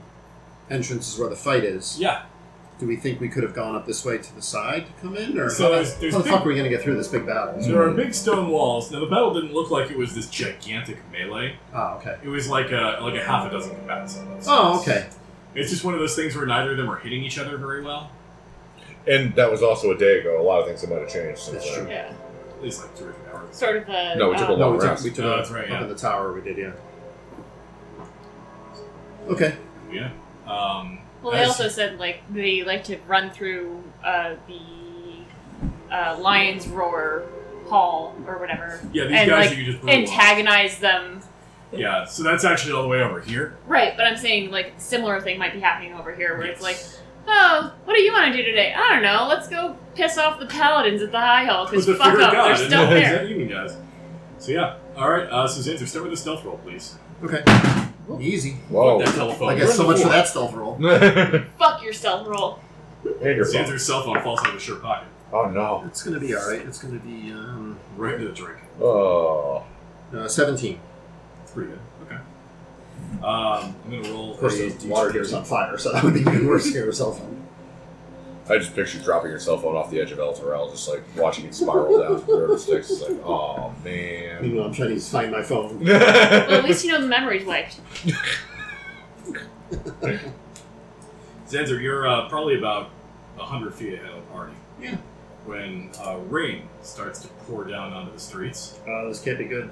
[SPEAKER 2] entrance is where the fight is.
[SPEAKER 5] Yeah.
[SPEAKER 2] Do we think we could have gone up this way to the side to come in, or
[SPEAKER 5] So
[SPEAKER 2] how,
[SPEAKER 5] there's- there's
[SPEAKER 2] how the
[SPEAKER 5] big-
[SPEAKER 2] fuck are we going to get through this big battle?
[SPEAKER 5] So there are big stone walls. Now the battle didn't look like it was this gigantic melee.
[SPEAKER 2] Oh, okay.
[SPEAKER 5] It was like a like a half a dozen combatants. on both
[SPEAKER 2] Oh,
[SPEAKER 5] sides.
[SPEAKER 2] okay.
[SPEAKER 5] It's just one of those things where neither of them are hitting each other very well.
[SPEAKER 3] And that was also a day ago. A lot of things that might have changed since
[SPEAKER 2] That's
[SPEAKER 3] then.
[SPEAKER 2] true.
[SPEAKER 1] Yeah.
[SPEAKER 5] At least like two or three hours.
[SPEAKER 1] Sort of a.
[SPEAKER 3] No, we took a
[SPEAKER 1] um,
[SPEAKER 2] No, we
[SPEAKER 3] Long
[SPEAKER 2] took,
[SPEAKER 3] rest.
[SPEAKER 2] we took
[SPEAKER 5] Oh,
[SPEAKER 2] it
[SPEAKER 5] that's right,
[SPEAKER 2] up
[SPEAKER 5] yeah.
[SPEAKER 2] in the tower. We did, yeah. Okay.
[SPEAKER 5] Yeah. Um,
[SPEAKER 1] Well, they
[SPEAKER 5] as-
[SPEAKER 1] also said like they like to run through uh, the uh, lion's roar hall or whatever,
[SPEAKER 5] yeah these
[SPEAKER 1] and,
[SPEAKER 5] guys
[SPEAKER 1] like,
[SPEAKER 5] that you just blew off.
[SPEAKER 1] antagonize them.
[SPEAKER 5] Yeah. So that's actually all the way over here.
[SPEAKER 1] Right, but I'm saying like similar thing might be happening over here where it's
[SPEAKER 5] Yes.
[SPEAKER 1] like, oh, what do you want to do today? I don't know. Let's go piss off the paladins at the high hall because
[SPEAKER 5] With the
[SPEAKER 1] fuck
[SPEAKER 5] fear of
[SPEAKER 1] up,
[SPEAKER 5] God,
[SPEAKER 1] they're
[SPEAKER 5] isn't
[SPEAKER 1] still
[SPEAKER 5] it?
[SPEAKER 1] there.
[SPEAKER 5] Is that you guys? So yeah. All right, uh, Suzanne, start with a stealth roll, please.
[SPEAKER 2] Okay. Easy.
[SPEAKER 3] Whoa.
[SPEAKER 5] That telephone.
[SPEAKER 2] Oh, I
[SPEAKER 5] We're
[SPEAKER 2] guess
[SPEAKER 5] in
[SPEAKER 2] so
[SPEAKER 5] the
[SPEAKER 2] much for
[SPEAKER 5] floor.
[SPEAKER 2] that stealth roll.
[SPEAKER 3] and
[SPEAKER 1] Fuck yourself, roll.
[SPEAKER 3] your
[SPEAKER 5] Suzanne's
[SPEAKER 3] phone.
[SPEAKER 5] her cell phone falls out of her shirt pocket,
[SPEAKER 3] Oh no.
[SPEAKER 2] It's gonna be all right. It's gonna be um,
[SPEAKER 5] right into the drink.
[SPEAKER 3] Oh.
[SPEAKER 2] uh, seventeen.
[SPEAKER 5] That's pretty good. Okay. Um, I'm gonna roll.
[SPEAKER 2] Of course,
[SPEAKER 5] a
[SPEAKER 2] the water here's on fire, so that would be even worse here. Cell phone.
[SPEAKER 3] I just picture dropping your cell phone off the edge of El Torrell, just like watching it spiral down the river Styx. It's like, oh man.
[SPEAKER 2] Meanwhile, I'm trying to find my phone.
[SPEAKER 1] Well, at
[SPEAKER 3] yeah,
[SPEAKER 1] least you know the memory's wiped.
[SPEAKER 5] Zanzer, you're uh, probably about 100 feet ahead of the party.
[SPEAKER 2] Yeah.
[SPEAKER 5] When uh, rain starts to pour down onto the streets.
[SPEAKER 2] Uh, this can't be good.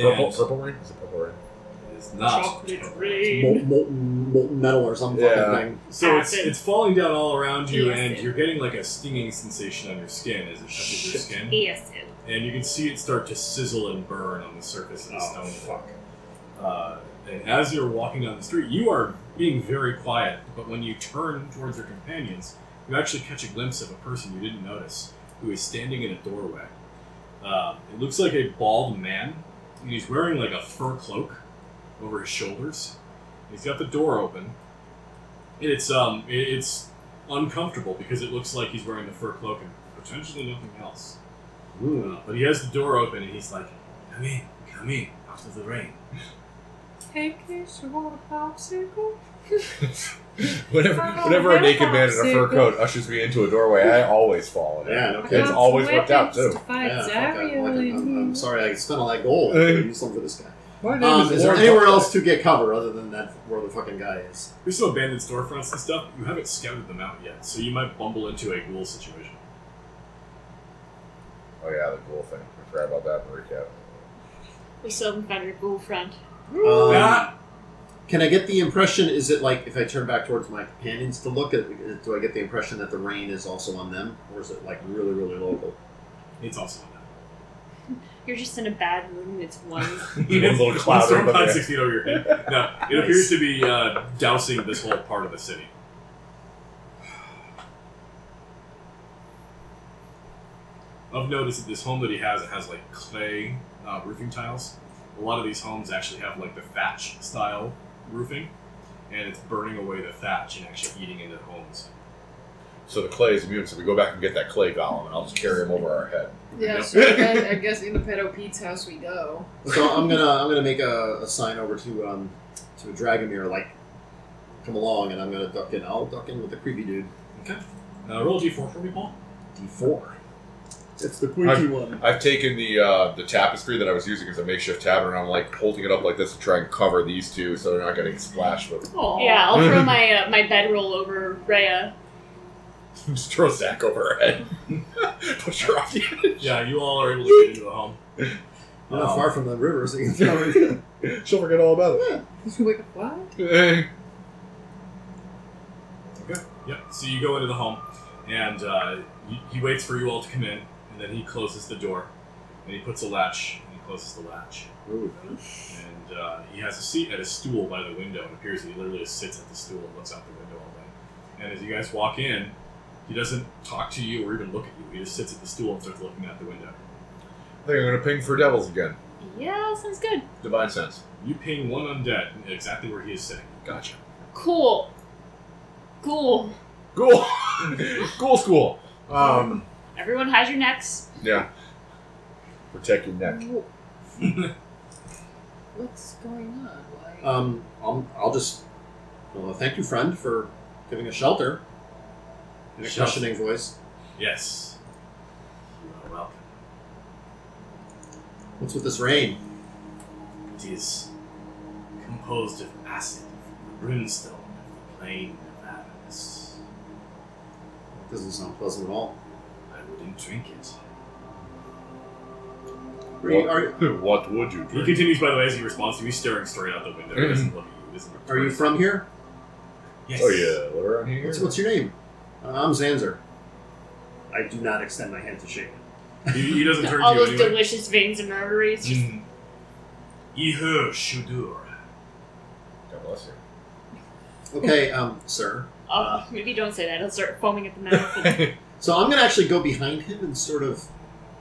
[SPEAKER 3] purple,
[SPEAKER 5] and
[SPEAKER 3] purple ring? Is it purple ring?
[SPEAKER 5] It's not.
[SPEAKER 1] Chocolate rain.
[SPEAKER 2] Molten, molten, molten metal or some
[SPEAKER 3] Yeah.
[SPEAKER 2] fucking thing.
[SPEAKER 5] So it's,
[SPEAKER 1] Acid.
[SPEAKER 5] it's falling down all around you,
[SPEAKER 1] Yes,
[SPEAKER 5] and
[SPEAKER 1] it-
[SPEAKER 5] you're getting like a stinging sensation on your skin as it touches your skin.
[SPEAKER 1] Yes.
[SPEAKER 5] and you can see it start to sizzle and burn on the surface of the stone. Fuck. Uh, and as you're walking down the street, you are being very quiet, but when you turn towards your companions, you actually catch a glimpse of a person you didn't notice who is standing in a doorway. Uh, it looks like a bald man, and he's wearing like a fur cloak over his shoulders. He's got the door open. And it's um, it, it's uncomfortable because it looks like he's wearing the fur cloak and potentially nothing else. Uh, But he has the door open and he's like, come in, come in, out of the rain.
[SPEAKER 4] Pancakes, you want a popsicle?
[SPEAKER 3] Whenever, whenever a naked man in a fur coat ushers me into a doorway, I always fall in.
[SPEAKER 2] Yeah, no
[SPEAKER 4] I
[SPEAKER 2] kidding.
[SPEAKER 3] It's
[SPEAKER 4] got
[SPEAKER 3] always
[SPEAKER 4] weapons
[SPEAKER 3] worked out, too.
[SPEAKER 4] to fight
[SPEAKER 2] Yeah, fuck, I-
[SPEAKER 4] Zarya
[SPEAKER 2] like,
[SPEAKER 4] and-
[SPEAKER 2] I'm, I'm sorry I spent all that gold.
[SPEAKER 3] Hey.
[SPEAKER 2] I'm useful for this guy.
[SPEAKER 3] My name
[SPEAKER 2] Um,
[SPEAKER 3] is,
[SPEAKER 2] is there
[SPEAKER 3] Warren
[SPEAKER 2] anywhere
[SPEAKER 3] Buffett.
[SPEAKER 2] else to get cover other than that where the fucking guy is?
[SPEAKER 5] There's some abandoned storefronts and stuff. You haven't scouted them out yet, so you might bumble into a ghoul situation.
[SPEAKER 3] Oh yeah, the cool thing. I forgot about that in the recap.
[SPEAKER 1] We still haven't found your ghoul friend.
[SPEAKER 2] Um,
[SPEAKER 5] Ah!
[SPEAKER 2] can I get the impression? Is it like if I turn back towards my companions to look at? Do I get the impression that the rain is also on them, or is it like really, really local?
[SPEAKER 5] It's also
[SPEAKER 1] You're just in a bad mood and it's one.
[SPEAKER 5] on
[SPEAKER 3] A little cloud
[SPEAKER 5] storm
[SPEAKER 3] over
[SPEAKER 5] cloud
[SPEAKER 3] there.
[SPEAKER 5] six feet over your head. No, it appears to be uh, dousing this whole part of the city. I've noticed that this home that he has it has like clay uh, roofing tiles. A lot of these homes actually have like the thatch style roofing, and it's burning away the thatch and actually eating into the homes.
[SPEAKER 3] So the clay is immune, so we go back and get that clay golem, and I'll just carry him over our head.
[SPEAKER 4] Yeah, so I guess, I guess in the pedo Pete's house we go.
[SPEAKER 2] So I'm gonna I'm gonna make a, a sign over to um to Dragomir like come along, and I'm gonna duck in. I'll duck in with the creepy dude.
[SPEAKER 5] Okay. Uh, roll a d4 for me, Paul.
[SPEAKER 2] D four. It's the
[SPEAKER 3] creepy
[SPEAKER 2] one.
[SPEAKER 3] I've taken the uh, the tapestry that I was using as a makeshift tabard, and I'm like holding it up like this to try and cover these two, so they're not getting splashed. But
[SPEAKER 1] yeah, I'll throw my uh, my bedroll over Rhea.
[SPEAKER 3] just throw Zach over her head, push her off the
[SPEAKER 5] Yeah, you all are able to get into the home.
[SPEAKER 2] You're not
[SPEAKER 5] Um,
[SPEAKER 2] far from the river, so you can throw it.
[SPEAKER 3] edge. She'll forget all about
[SPEAKER 4] You wake up, what?
[SPEAKER 3] it.
[SPEAKER 5] Yep. So you go into the home, and uh, he, he waits for you all to come in, and then he closes the door, and he puts a latch, and he closes the latch,
[SPEAKER 2] Ooh.
[SPEAKER 5] and uh, he has a seat at a stool by the window, and it appears that he literally just sits at the stool and looks out the window all day. And as you guys walk in, he doesn't talk to you or even look at you. He just sits at the stool and starts looking out the window.
[SPEAKER 3] I think I'm gonna ping for devils again.
[SPEAKER 1] Yeah, sounds good.
[SPEAKER 3] Divine sense.
[SPEAKER 5] You ping one undead exactly where he is sitting.
[SPEAKER 3] Gotcha.
[SPEAKER 1] Cool. Cool.
[SPEAKER 3] Cool. cool school. Um,
[SPEAKER 1] Everyone hide your necks.
[SPEAKER 3] Yeah. Protect your neck.
[SPEAKER 4] What's going on? Why?
[SPEAKER 2] Um, I'll, I'll just well, thank you, friend, for giving us shelter. In a
[SPEAKER 5] Shelter.
[SPEAKER 2] questioning voice.
[SPEAKER 5] Yes. You are welcome.
[SPEAKER 2] What's with this rain?
[SPEAKER 5] It is composed of acid, of the brimstone, of the plain of avarice.
[SPEAKER 2] doesn't sound pleasant at all.
[SPEAKER 5] I wouldn't drink it.
[SPEAKER 2] Are you, are,
[SPEAKER 3] what would you
[SPEAKER 5] He continues, by the way, as he responds to me, staring straight out the window. He doesn't look at you. he doesn't look
[SPEAKER 2] are you
[SPEAKER 5] towards
[SPEAKER 2] from here?
[SPEAKER 5] Yes.
[SPEAKER 3] Oh yeah, what around here?
[SPEAKER 2] What's, what's your name? Uh, I'm Zanzer. I do not extend my hand to shake.
[SPEAKER 5] He, he doesn't turn to
[SPEAKER 1] All
[SPEAKER 5] you
[SPEAKER 1] those
[SPEAKER 5] anyway.
[SPEAKER 1] delicious veins and arteries. Just
[SPEAKER 5] Mm. Ihe Shudur.
[SPEAKER 3] God bless you.
[SPEAKER 2] Okay, um, sir.
[SPEAKER 1] oh, maybe don't say that. He'll start foaming at the mouth.
[SPEAKER 2] So I'm gonna actually go behind him and sort of,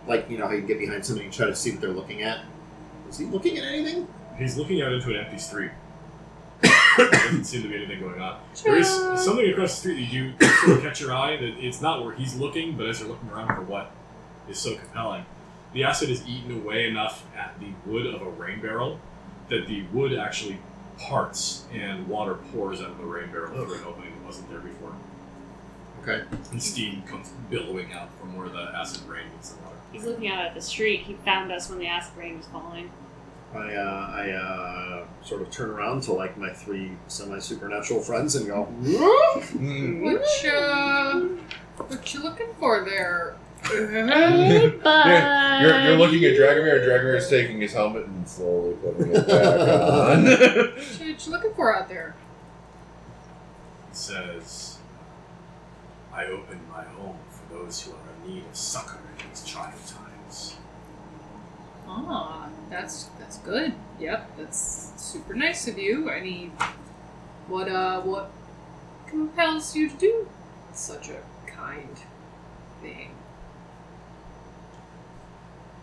[SPEAKER 2] like you know how you get behind somebody and try to see what they're looking at. Is he looking at anything?
[SPEAKER 5] He's looking out into an empty street. there doesn't seem to be anything going on. There is something across the street that you sort of catch your eye that it's not where he's looking, but as you're looking around for what is so compelling, the acid has eaten away enough at the wood of a rain barrel that the wood actually parts and water pours out of the rain barrel through an opening that wasn't there before.
[SPEAKER 2] Okay.
[SPEAKER 5] And steam comes billowing out from where the acid rain meets the water.
[SPEAKER 1] He's looking out at the street. He found us when the acid rain was falling.
[SPEAKER 2] I uh, I uh, sort of turn around to like my three semi supernatural friends and go.
[SPEAKER 3] Mm.
[SPEAKER 4] What you, what you looking for there?
[SPEAKER 1] But
[SPEAKER 3] You're, you're looking at Dragomir, and Dragomir is taking his helmet and slowly putting it back on.
[SPEAKER 4] What you, what you looking for out there?
[SPEAKER 5] It says, I open my home for those who are in need of succor in these trying times.
[SPEAKER 4] Ah, that's that's good. Yep, that's super nice of you. I mean, what uh, what compels you to do such a kind thing?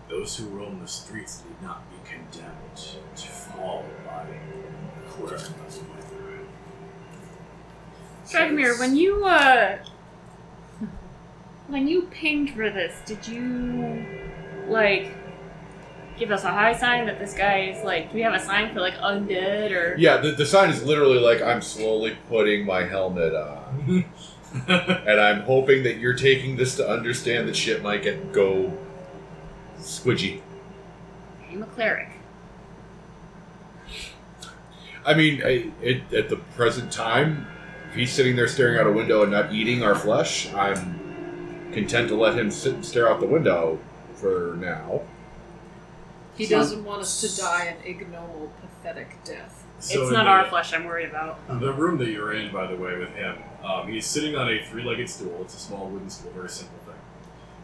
[SPEAKER 5] Those who roam the streets need not be condemned to fall by the quirk of the weather.
[SPEAKER 1] Dragomir, when you uh, when you pinged for this, did you like give us a high sign that this guy is like? Do we have a sign for like undead or?
[SPEAKER 3] yeah, the, the sign is literally like I'm slowly putting my helmet on. And I'm hoping that you're taking this to understand that shit might get go squidgy.
[SPEAKER 1] I'm a cleric.
[SPEAKER 3] I mean, I, it, at the present time, if he's sitting there staring out a window and not eating our flesh, I'm content to let him sit and stare out the window for now.
[SPEAKER 4] He doesn't want us to die an ignoble, pathetic death.
[SPEAKER 5] So
[SPEAKER 1] it's
[SPEAKER 5] in
[SPEAKER 1] not
[SPEAKER 5] the,
[SPEAKER 1] our flesh. I'm worried about.
[SPEAKER 5] The room that you're in, by the way, with him, um, he's sitting on a three-legged stool. It's a small wooden stool, very simple thing.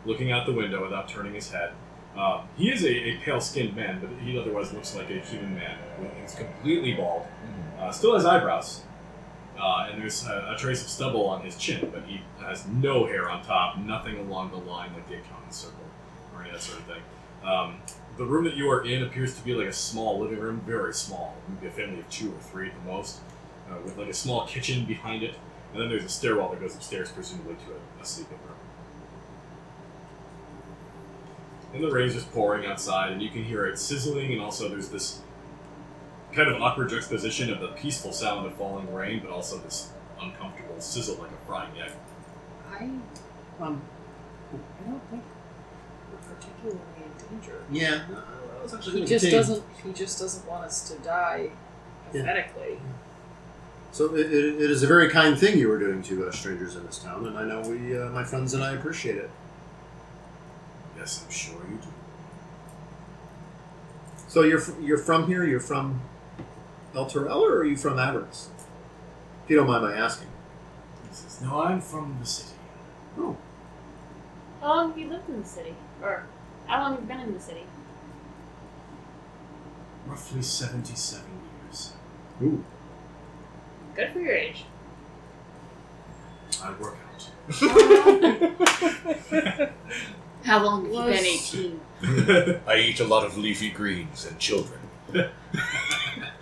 [SPEAKER 5] Looking out the window without turning his head. Um, he is a, a pale-skinned man, but he otherwise looks like a human man. He's completely bald. Uh, still has eyebrows, uh, and there's a, a trace of stubble on his chin, but he has no hair on top, nothing along the line like the accountant circle or any of that sort of thing. Um, the room that you are in appears to be like a small living room, very small, maybe a family of two or three at the most, uh, with like a small kitchen behind it, and then there's a stairwell that goes upstairs, presumably to a, a sleeping room. And the rain's just pouring outside, and you can hear it sizzling, and also there's this kind of awkward juxtaposition of the peaceful sound of falling rain, but also this uncomfortable sizzle like a frying egg.
[SPEAKER 4] I
[SPEAKER 2] Um,
[SPEAKER 4] I don't think we're particularly in danger.
[SPEAKER 2] yeah. no, I was actually
[SPEAKER 4] He
[SPEAKER 2] gonna
[SPEAKER 4] just
[SPEAKER 2] continue.
[SPEAKER 4] doesn't. He just doesn't want us to die
[SPEAKER 2] Yeah.
[SPEAKER 4] pathetically.
[SPEAKER 2] So it, it, it is a very kind thing you were doing to uh, strangers in this town, and I know we, uh, my friends and I, appreciate it.
[SPEAKER 5] Yes, I'm sure you do.
[SPEAKER 2] So you're fr- you're from here? You're from El Torell, or are you from Avernus? If you don't mind my asking.
[SPEAKER 5] He says, No, I'm from the city.
[SPEAKER 1] How long have you lived in the city? Or how long have you been in the city?
[SPEAKER 5] Roughly 77 years.
[SPEAKER 2] Ooh.
[SPEAKER 1] Good for your age.
[SPEAKER 5] I work out.
[SPEAKER 1] How long have you
[SPEAKER 4] Was-
[SPEAKER 1] been 18?
[SPEAKER 3] I eat a lot of leafy greens and children.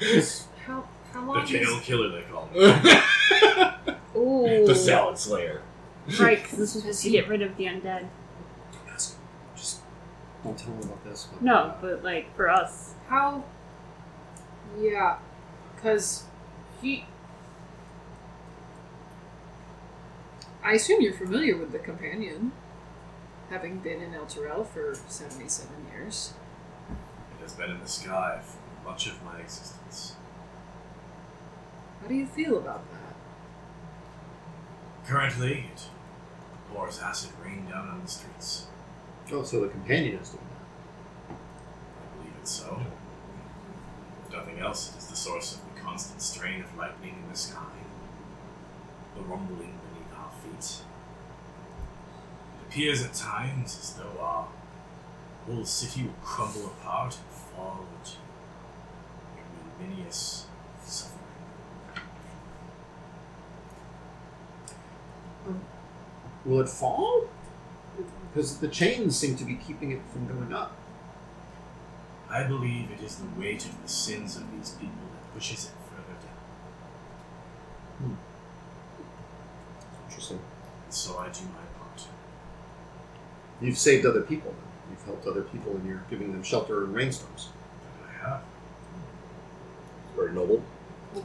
[SPEAKER 4] How how
[SPEAKER 5] the
[SPEAKER 4] long?
[SPEAKER 5] jail
[SPEAKER 4] Is,
[SPEAKER 5] killer, they call me.
[SPEAKER 3] the
[SPEAKER 1] Ooh.
[SPEAKER 3] salad slayer.
[SPEAKER 1] Right, because this was supposed to get rid of the undead.
[SPEAKER 2] Don't tell him about this. But
[SPEAKER 1] No, but like for us,
[SPEAKER 4] How? Yeah, because he. I assume you're familiar with the companion, having been in El Terrell for seventy-seven years.
[SPEAKER 5] It has been in the sky for much of my existence.
[SPEAKER 4] How do you feel about that?
[SPEAKER 5] Currently, it pours acid rain down on the streets.
[SPEAKER 2] Oh, so the companion is doing that.
[SPEAKER 5] I believe it so. If nothing else, it is the source of the constant strain of lightning in the sky, the rumbling beneath our feet. It appears at times as though our whole city will crumble apart and fall into ignominious suffering.
[SPEAKER 2] Will it fall? Because the chains seem to be keeping it from going up.
[SPEAKER 5] I believe it is the weight of the sins of these people that pushes it further down.
[SPEAKER 2] Interesting.
[SPEAKER 5] And so I do my part.
[SPEAKER 2] You've saved other people. You've helped other people, and you're giving them shelter in rainstorms.
[SPEAKER 5] And I have.
[SPEAKER 3] Very noble.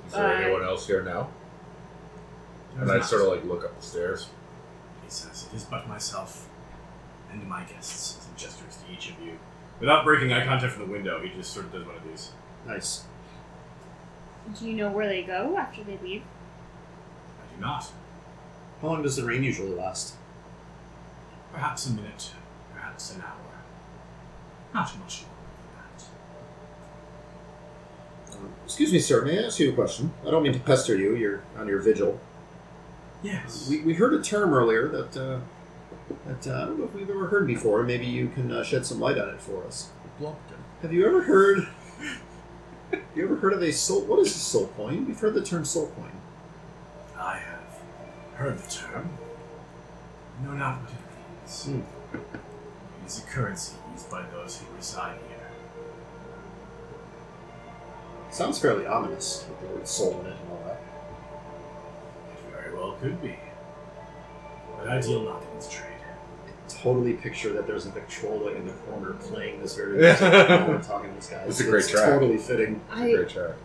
[SPEAKER 3] Is there
[SPEAKER 1] Uh,
[SPEAKER 3] anyone else here now? And I sort of like look up the stairs.
[SPEAKER 5] He says, It is but myself and my guests, as he gestures to each of you. Without breaking eye contact from the window, he just sort of does one of these.
[SPEAKER 2] Nice.
[SPEAKER 1] do you know where they go after they leave?
[SPEAKER 5] I do not.
[SPEAKER 2] How long does the rain usually last?
[SPEAKER 5] Perhaps a minute, perhaps an hour. Not much longer than
[SPEAKER 2] Uh, excuse me, sir. May I ask you a question? I don't mean to pester you. You're on your vigil. Um,
[SPEAKER 5] that. Yes.
[SPEAKER 2] We, we heard a term earlier that uh, that uh, I don't know if we've ever heard before. Maybe you can uh, shed some light on it for us. Have you ever heard? you ever heard of a soul? What is a soul coin? We've heard the term soul coin.
[SPEAKER 5] I have heard the term. No, not what it means.
[SPEAKER 2] Hmm.
[SPEAKER 5] It is a currency used by those who reside here.
[SPEAKER 2] Sounds fairly ominous with the word soul in it and all that.
[SPEAKER 5] It very well could be. But I deal not in its trade.
[SPEAKER 2] Totally picture that there's a Victrola in the corner playing this very music while we're talking to this guy.
[SPEAKER 3] It's a great track.
[SPEAKER 2] Totally fitting.
[SPEAKER 4] I.
[SPEAKER 3] Great track.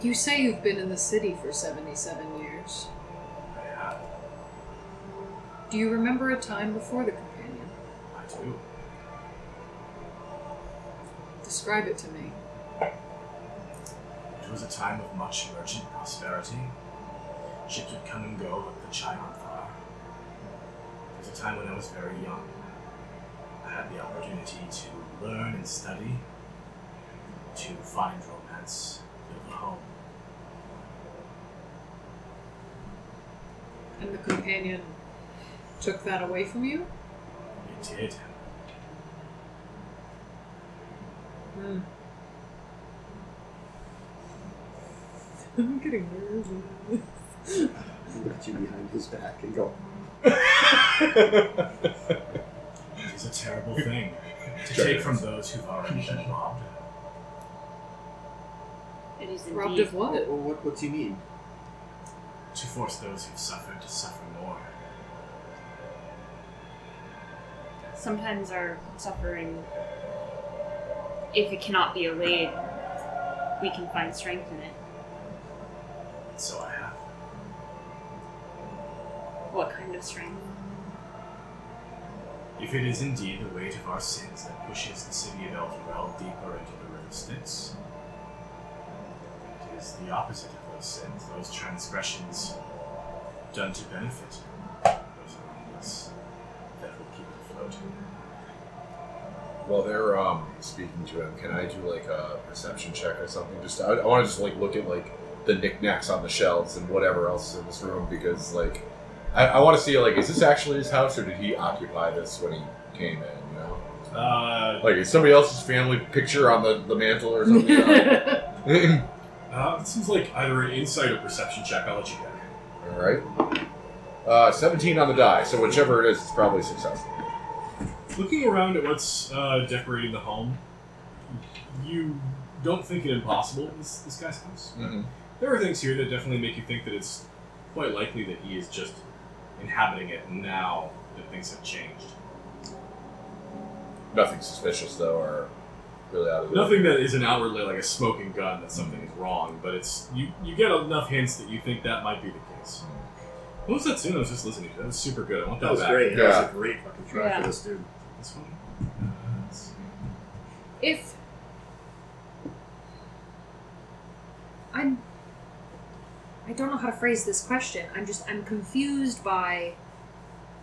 [SPEAKER 4] You say you've been in the city for seventy-seven years.
[SPEAKER 5] I have.
[SPEAKER 4] Do you remember a time before the companion?
[SPEAKER 5] I do.
[SPEAKER 4] Describe it to me.
[SPEAKER 5] It was a time of much merchant prosperity. Ships would come and go like the chime on fire. It was a time when I was very young. I had the opportunity to learn and study, to find romance, build a home.
[SPEAKER 4] And the companion took that away from you.
[SPEAKER 5] It did.
[SPEAKER 4] Hmm. I'm getting nervous.
[SPEAKER 2] Look at you behind his back and go,
[SPEAKER 5] It is a terrible thing to
[SPEAKER 3] Sure.
[SPEAKER 5] take from those who've already been robbed.
[SPEAKER 6] It is
[SPEAKER 4] Robbed
[SPEAKER 6] indeed.
[SPEAKER 4] of what?
[SPEAKER 2] well, what, what do you mean?
[SPEAKER 5] To force those who've suffered to suffer more.
[SPEAKER 6] Sometimes our suffering, if it cannot be allayed, we can find strength in it.
[SPEAKER 5] And so I have.
[SPEAKER 6] What kind of strength?
[SPEAKER 5] If it is indeed the weight of our sins that pushes the city of Elturel deeper into the river Styx, it is the opposite of those sins, those transgressions done to benefit those around us, that will keep it floating.
[SPEAKER 3] While they're um, speaking to him, can I do like a perception check or something? Just I, I want to just like look at like the knickknacks on the shelves and whatever else is in this room because like I, I want to see like is this actually his house or did he occupy this when he came in? You know,
[SPEAKER 5] Uh,
[SPEAKER 3] like is somebody else's family picture on the the mantle or something? All
[SPEAKER 5] uh, it seems like either an insight or perception check. I'll let you go.
[SPEAKER 3] right. Uh, 17 on the die, so whichever it is, it's probably successful.
[SPEAKER 5] Looking around at what's uh, decorating the home, you don't think it impossible this, this guy's house.
[SPEAKER 3] Mhm.
[SPEAKER 5] There are things here that definitely make you think that it's quite likely that he is just inhabiting it now that things have changed.
[SPEAKER 3] Nothing suspicious though, or really out of the
[SPEAKER 5] Nothing that isn't outwardly like a smoking gun that something is wrong, but it's you. You get enough hints that you think that might be the case. What was that tune I was just listening to? That was super good. I want that,
[SPEAKER 7] That was
[SPEAKER 5] back.
[SPEAKER 7] great. That was
[SPEAKER 3] Yeah.
[SPEAKER 7] a great fucking try
[SPEAKER 4] Yeah.
[SPEAKER 7] for this dude.
[SPEAKER 5] This one. Uh, let's see.
[SPEAKER 4] If I'm I don't know how to phrase this question. I'm just I'm confused by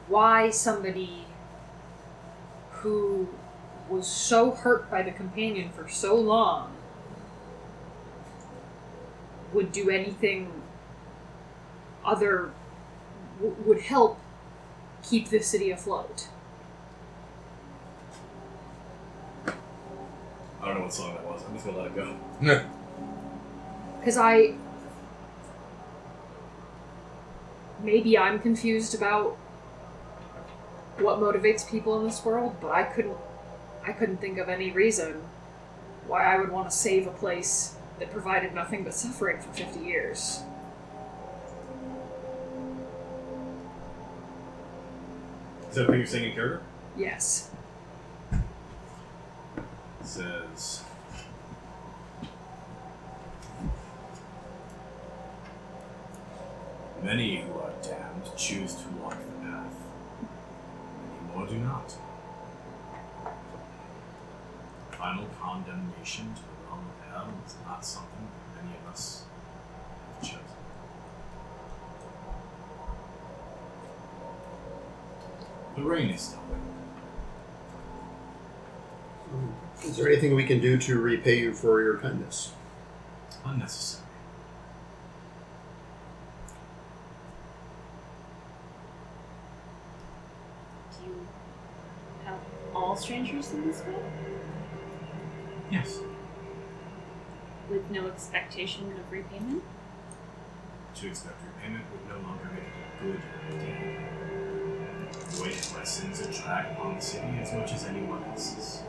[SPEAKER 4] why somebody who was so hurt by the companion for so long would do anything other w- would help keep the city afloat.
[SPEAKER 5] I don't know what song that was. I'm just gonna let it go.
[SPEAKER 4] Because I. Maybe I'm confused about what motivates people in this world, but I couldn't. I couldn't think of any reason why I would want to save a place that provided nothing but suffering for 50 years.
[SPEAKER 5] Is that what you're singing, character?
[SPEAKER 4] Yes.
[SPEAKER 5] says Many who are damned choose to walk the path. Many more do not. Final condemnation to the realm of hell is not something that many of us have chosen. The rain is stopping.
[SPEAKER 2] Is there anything we can do to repay you for your kindness?
[SPEAKER 5] Unnecessary.
[SPEAKER 6] Do you help all strangers in this way?
[SPEAKER 5] Yes.
[SPEAKER 6] With no expectation of repayment?
[SPEAKER 5] to accept repayment would no longer make it a good deed. The weight of my sins are dragged upon the city as much as anyone else's.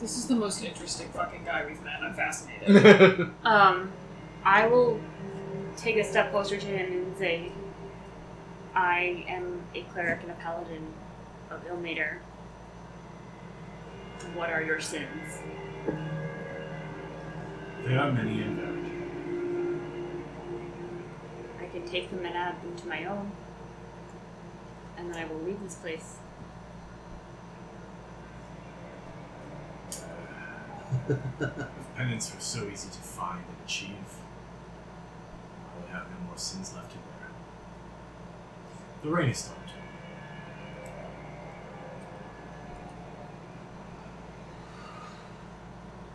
[SPEAKER 4] This is the most interesting fucking guy we've met. I'm fascinated.
[SPEAKER 3] Nothing.
[SPEAKER 6] Um, I will take a step closer to him and say, I am a cleric and a paladin of Ilmater. What are your sins?
[SPEAKER 5] There are many and varied.
[SPEAKER 6] I can take them and add them to my own, and then I will leave this place.
[SPEAKER 5] If penance were so easy to find and achieve, I would have no more sins left to bear. The rain has stopped.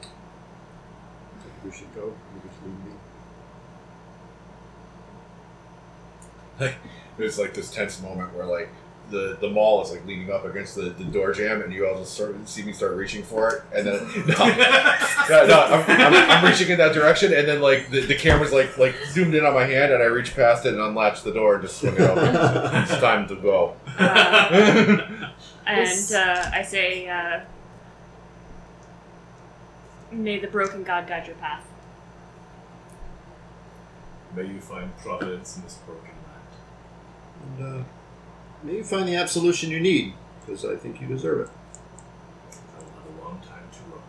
[SPEAKER 2] I think we should go. You just leave me.
[SPEAKER 3] There's like this tense moment where like the the mall is like leaning up against the, the door jamb, and you all just sort of see me start reaching for it, and then no, no, no I'm, I'm, I'm reaching in that direction, and then like the, the camera's like like zoomed in on my hand, and I reach past it and unlatch the door and just swing it open. it's time to go.
[SPEAKER 6] Uh,
[SPEAKER 4] This-
[SPEAKER 6] and uh, I say, uh, May the broken god guide your path.
[SPEAKER 5] May you find providence in this broken land.
[SPEAKER 2] And uh, maybe find the absolution you need, because I think you deserve it.
[SPEAKER 5] I will have a long time to look.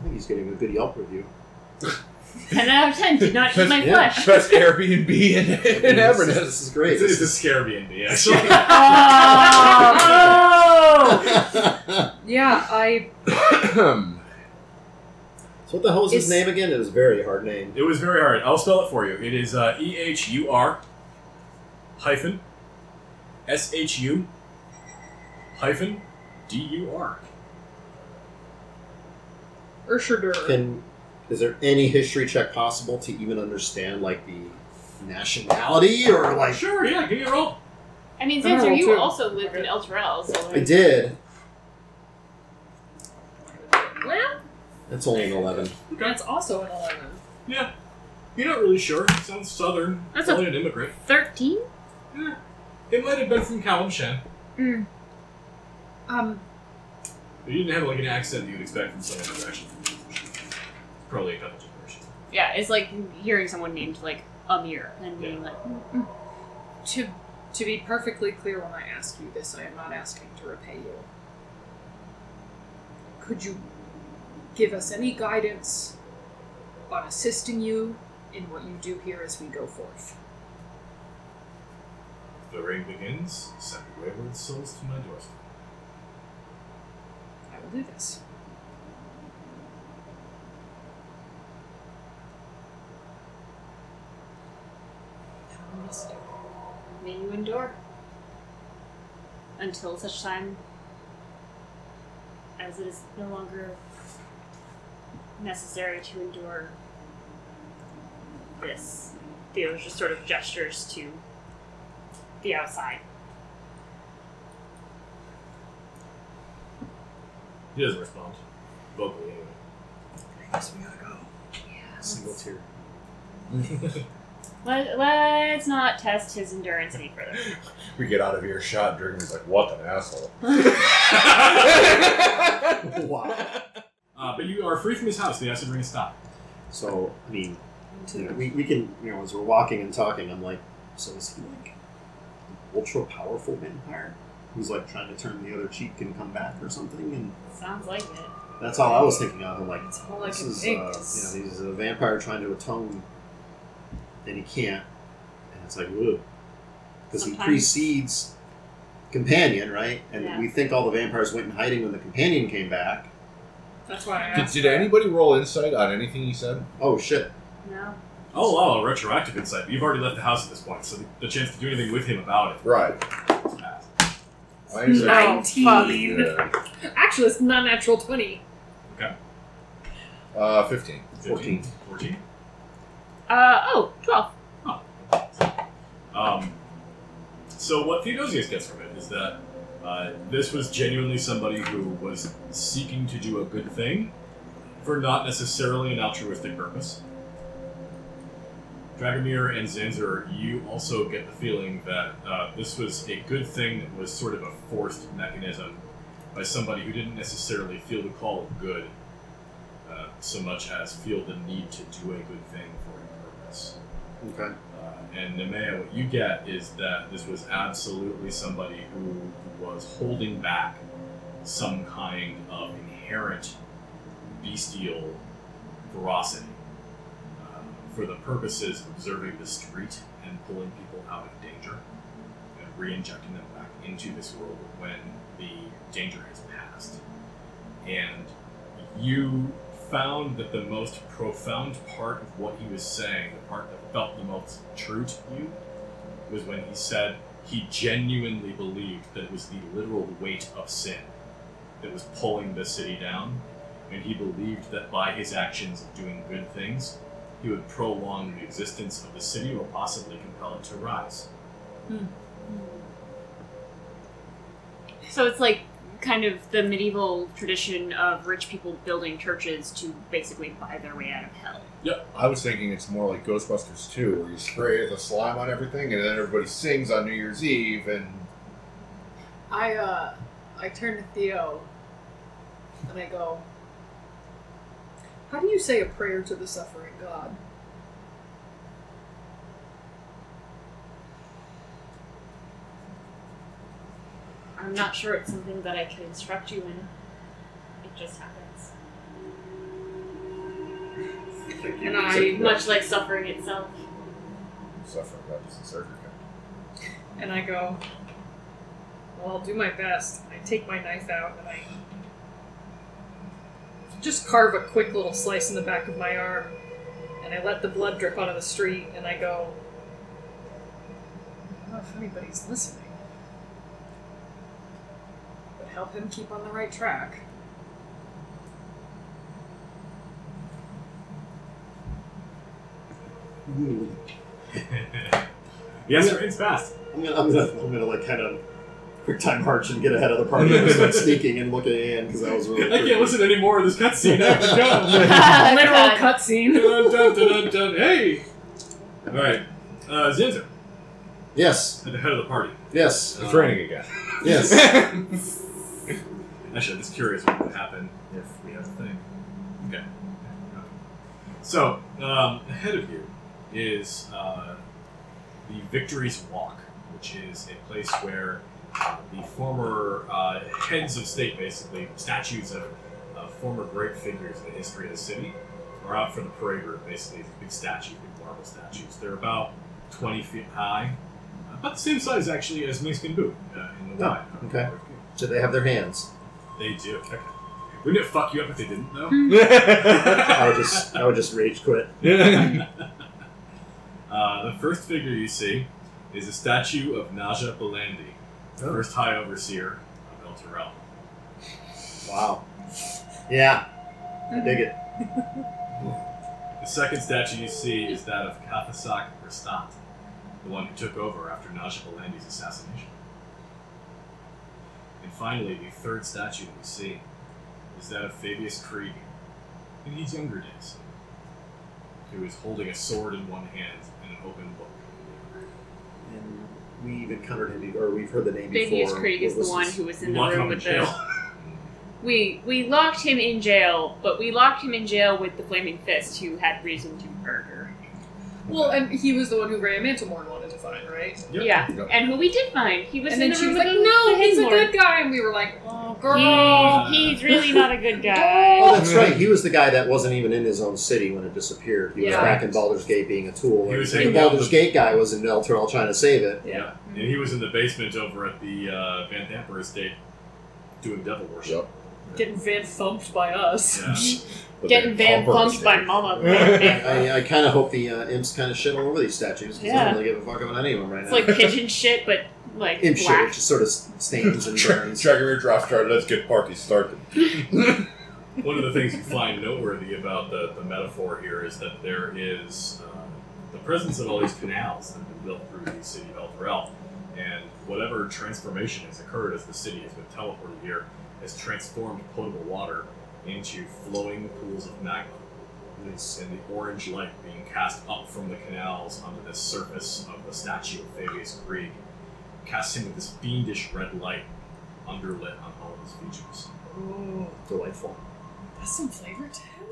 [SPEAKER 2] I think he's getting a good Yelp review.
[SPEAKER 6] 10 out of 10 did not eat my
[SPEAKER 2] Yeah.
[SPEAKER 6] flesh.
[SPEAKER 3] Best Airbnb in, in
[SPEAKER 2] this, is-
[SPEAKER 3] Everness.
[SPEAKER 2] this is great.
[SPEAKER 5] It's, it's a Scarabindi, actually.
[SPEAKER 6] Oh,
[SPEAKER 4] yeah, I.
[SPEAKER 2] so what the hell is his
[SPEAKER 4] It's-
[SPEAKER 2] name again? It is a very hard name.
[SPEAKER 5] It was very hard. I'll spell it for you. It is uh, E H U R hyphen S H U hyphen D U R.
[SPEAKER 4] Urshadur.
[SPEAKER 2] Can is there any history check possible to even understand like the nationality or like
[SPEAKER 5] Sure, yeah, give me a roll.
[SPEAKER 1] I mean,
[SPEAKER 4] I'm gonna
[SPEAKER 1] Sansa,
[SPEAKER 4] roll
[SPEAKER 1] you
[SPEAKER 4] too.
[SPEAKER 1] also lived in El Terrell, so
[SPEAKER 2] I did?
[SPEAKER 4] Well,
[SPEAKER 2] That's only an eleven.
[SPEAKER 4] that's also an 11.
[SPEAKER 5] Yeah. You're not really sure. Sounds southern.
[SPEAKER 6] That's
[SPEAKER 5] Probably an immigrant.
[SPEAKER 6] 13?
[SPEAKER 5] Yeah. It might have been from Kalimshan.
[SPEAKER 4] Um,
[SPEAKER 5] But you didn't have like an accent that you'd expect from someone who's actually from Kalimshan. Probably a couple generations.
[SPEAKER 1] yeah, it's like
[SPEAKER 6] Hearing someone named, like, a mirror and being like,
[SPEAKER 4] To to be perfectly clear when I ask you this, I am not asking to repay you. Could you give us any guidance on assisting you in what you do here as we go forth?
[SPEAKER 5] The ring begins. Send wayward souls to my doorstep.
[SPEAKER 4] I will do this. How am I supposed to-
[SPEAKER 6] may you endure until such time as it is no longer necessary to endure this. Theo just sort of gestures to the outside.
[SPEAKER 5] He doesn't respond vocally anyway.
[SPEAKER 2] Yes, we gotta go. Single tear.
[SPEAKER 6] Let, let's not test his endurance any further.
[SPEAKER 3] We get out of earshot, Dragon's like, what an asshole.
[SPEAKER 2] wow.
[SPEAKER 5] Uh, but you are free from his house. The acid ring is stopped.
[SPEAKER 2] So, I mean, you know, we, we can, you know, as we're walking and talking, I'm like, so is he like an ultra powerful vampire who's like trying to turn the other cheek and come back or something? And
[SPEAKER 6] Sounds like it.
[SPEAKER 2] that's all I was thinking of. I'm like,
[SPEAKER 4] That's all I
[SPEAKER 2] this
[SPEAKER 4] can
[SPEAKER 2] is, uh,
[SPEAKER 4] think.
[SPEAKER 2] you know, he's a vampire trying to atone, and he can't. And it's like, woo. Because he
[SPEAKER 6] Sometimes-
[SPEAKER 2] precedes companion, right? And
[SPEAKER 6] Yeah.
[SPEAKER 2] we think all the vampires went in hiding when the companion came back.
[SPEAKER 4] That's why I
[SPEAKER 3] Did,
[SPEAKER 4] asked.
[SPEAKER 3] did anybody roll insight on anything he said?
[SPEAKER 2] Oh shit!
[SPEAKER 6] No.
[SPEAKER 5] I'll allow Oh, a retroactive insight, but you've already left the house at this point, so the, the chance to do anything with him about
[SPEAKER 3] Right.
[SPEAKER 5] it is past.
[SPEAKER 3] My insight-
[SPEAKER 4] Nineteen.
[SPEAKER 3] Yeah.
[SPEAKER 4] Actually, it's not natural twenty.
[SPEAKER 3] Uh, 15.
[SPEAKER 5] 15, 14.
[SPEAKER 6] Uh, oh, 12.
[SPEAKER 5] Um, so what Theodosius gets from it is that uh, this was genuinely somebody who was seeking to do a good thing for not necessarily an altruistic purpose. Dragomir and Zanzer, you also get the feeling that uh, this was a good thing that was sort of a forced mechanism by somebody who didn't necessarily feel the call of good uh, so much as feel the need to do a good thing for a purpose.
[SPEAKER 2] Okay.
[SPEAKER 5] Uh, and Nemea, what you get is that this was absolutely somebody who was holding back some kind of inherent bestial ferocity uh, for the purposes of observing the street and pulling people out of danger and re-injecting them back into this world when the danger has passed. And you found that the most profound part of what he was saying, the part that felt the most true to you, was when he said he genuinely believed that it was the literal weight of sin that was pulling the city down, and he believed that by his actions of doing good things, he would prolong the existence of the city or possibly compel it to rise.
[SPEAKER 6] So it's like kind of the medieval tradition of rich people building churches to basically buy their way out of hell.
[SPEAKER 3] I was thinking it's more like Ghostbusters 2, where you spray the slime on everything and then everybody sings on New Year's Eve and.
[SPEAKER 4] I uh, I turn to Theo, and I go, "How do you say a prayer to the suffering God?"
[SPEAKER 6] I'm not sure it's something that I could instruct you in. It just happens.
[SPEAKER 2] Thank you.
[SPEAKER 4] And I
[SPEAKER 6] Much like suffering itself.
[SPEAKER 3] Suffering, that doesn't serve your kind.
[SPEAKER 4] and I go, "Well, I'll do my best." And I take my knife out and I just carve a quick little slice in the back of my arm, and I let the blood drip onto the street, and I go, "I don't know if anybody's listening." But help him keep on the right track.
[SPEAKER 2] Ooh.
[SPEAKER 5] Yes, sir, it's fast.
[SPEAKER 2] I'm gonna, I'm gonna, I'm gonna like kind of quick time march and get ahead of the party and start sneaking and looking at Anne because that was really.
[SPEAKER 5] I can't listen to any more of this cutscene. I have to go.
[SPEAKER 4] Oh, Literal
[SPEAKER 6] God.
[SPEAKER 4] cutscene.
[SPEAKER 5] Dun, dun, dun, dun, dun. Hey! Alright. Uh, Zinzer,
[SPEAKER 2] Yes,
[SPEAKER 5] at the head of the party.
[SPEAKER 2] yes,
[SPEAKER 3] It's raining again.
[SPEAKER 2] yes.
[SPEAKER 5] Actually, I'm just curious what would happen if we had a thing. Okay. So, um, ahead of you is uh, the Victory's Walk, which is a place where uh, the former uh, heads of state, basically statues of uh, former great figures in the history of the city, are out for the parade route. Basically, these big statues, big marble statues. They're about 20 feet high, about the same size actually as Mexican Boot uh, in the
[SPEAKER 2] Oh,
[SPEAKER 5] wide.
[SPEAKER 2] okay. Do they have their hands?
[SPEAKER 5] They do. Okay. Wouldn't it fuck you up if they didn't though?
[SPEAKER 3] Mm.
[SPEAKER 2] I would just, I would just rage quit.
[SPEAKER 5] Uh, the first figure you see is a statue of Naja Belandi, the
[SPEAKER 2] Oh.
[SPEAKER 5] first High Overseer of El Terrell.
[SPEAKER 2] Wow. Yeah, I dig it.
[SPEAKER 5] The second statue you see is that of Kathasak Rastat, the one who took over after Naja Belandi's assassination. And finally, the third statue that you see is that of Fabius Krieg, in his younger days, who is holding a sword in one hand and an open book.
[SPEAKER 2] And we've encountered him, be- or we've heard the name
[SPEAKER 6] Fabius
[SPEAKER 2] before.
[SPEAKER 6] Krieg
[SPEAKER 2] What
[SPEAKER 6] is the
[SPEAKER 2] was
[SPEAKER 6] one
[SPEAKER 2] his-
[SPEAKER 6] who was in the
[SPEAKER 5] Lock him
[SPEAKER 6] room
[SPEAKER 5] up in
[SPEAKER 6] with
[SPEAKER 5] jail.
[SPEAKER 6] the We we locked him in jail, but we locked him in jail with the flaming fist, who had reason to murder.
[SPEAKER 4] Well, and he was the one who Ray Mantelmorn wanted to find, right?
[SPEAKER 5] Yep.
[SPEAKER 6] Yeah,
[SPEAKER 3] Yep.
[SPEAKER 6] and who we did find, he was
[SPEAKER 4] and
[SPEAKER 6] in
[SPEAKER 4] then
[SPEAKER 6] the
[SPEAKER 4] she
[SPEAKER 6] room
[SPEAKER 4] was
[SPEAKER 6] with
[SPEAKER 4] like,
[SPEAKER 6] the,
[SPEAKER 4] "No,
[SPEAKER 6] the
[SPEAKER 4] he's a
[SPEAKER 6] Hindlord."
[SPEAKER 4] good guy," and we were like, "Oh, girl."
[SPEAKER 6] He, he's really not a good
[SPEAKER 2] Oh,
[SPEAKER 6] guy.
[SPEAKER 2] that's right. He was the guy that wasn't even in his own city when it disappeared. He was
[SPEAKER 4] Yeah.
[SPEAKER 2] back in Baldur's Gate being a tool.
[SPEAKER 5] He
[SPEAKER 2] and
[SPEAKER 5] was
[SPEAKER 2] the
[SPEAKER 5] hanging out
[SPEAKER 2] Baldur's
[SPEAKER 5] with-
[SPEAKER 2] Gate guy was in Elturel trying to save it.
[SPEAKER 5] Yeah.
[SPEAKER 6] Mm-hmm.
[SPEAKER 5] And he was in the basement over at the uh, Van Damper estate doing devil worship.
[SPEAKER 3] Yep.
[SPEAKER 4] Getting van thumped by us.
[SPEAKER 5] Yeah.
[SPEAKER 3] But
[SPEAKER 6] Getting
[SPEAKER 3] they
[SPEAKER 6] van
[SPEAKER 3] call her
[SPEAKER 6] bumped by
[SPEAKER 3] mistake.
[SPEAKER 6] mama.
[SPEAKER 2] I, I kind of hope the uh, imps kind of shit all over these statues because I
[SPEAKER 6] Yeah.
[SPEAKER 2] don't really give a fuck about any of them right
[SPEAKER 6] It's
[SPEAKER 2] now.
[SPEAKER 6] like pigeon shit, but like
[SPEAKER 2] imp shit,
[SPEAKER 6] black.
[SPEAKER 2] it just sort of stains and
[SPEAKER 3] Tra-
[SPEAKER 2] burns.
[SPEAKER 3] Dragomir Drothgar, let's get party started.
[SPEAKER 5] One of the things you find noteworthy about the, the metaphor here is that there is uh, the presence of all these canals that have been built through the city of Elturel, and whatever transformation has occurred as the city has been teleported here has transformed potable water into flowing pools of magma,
[SPEAKER 2] Nice.
[SPEAKER 5] and the orange light being cast up from the canals onto the surface of the statue of Fabius Krieg casts him with this fiendish red light underlit on all of his features.
[SPEAKER 4] Ooh,
[SPEAKER 2] Delightful.
[SPEAKER 4] that's some flavor to it.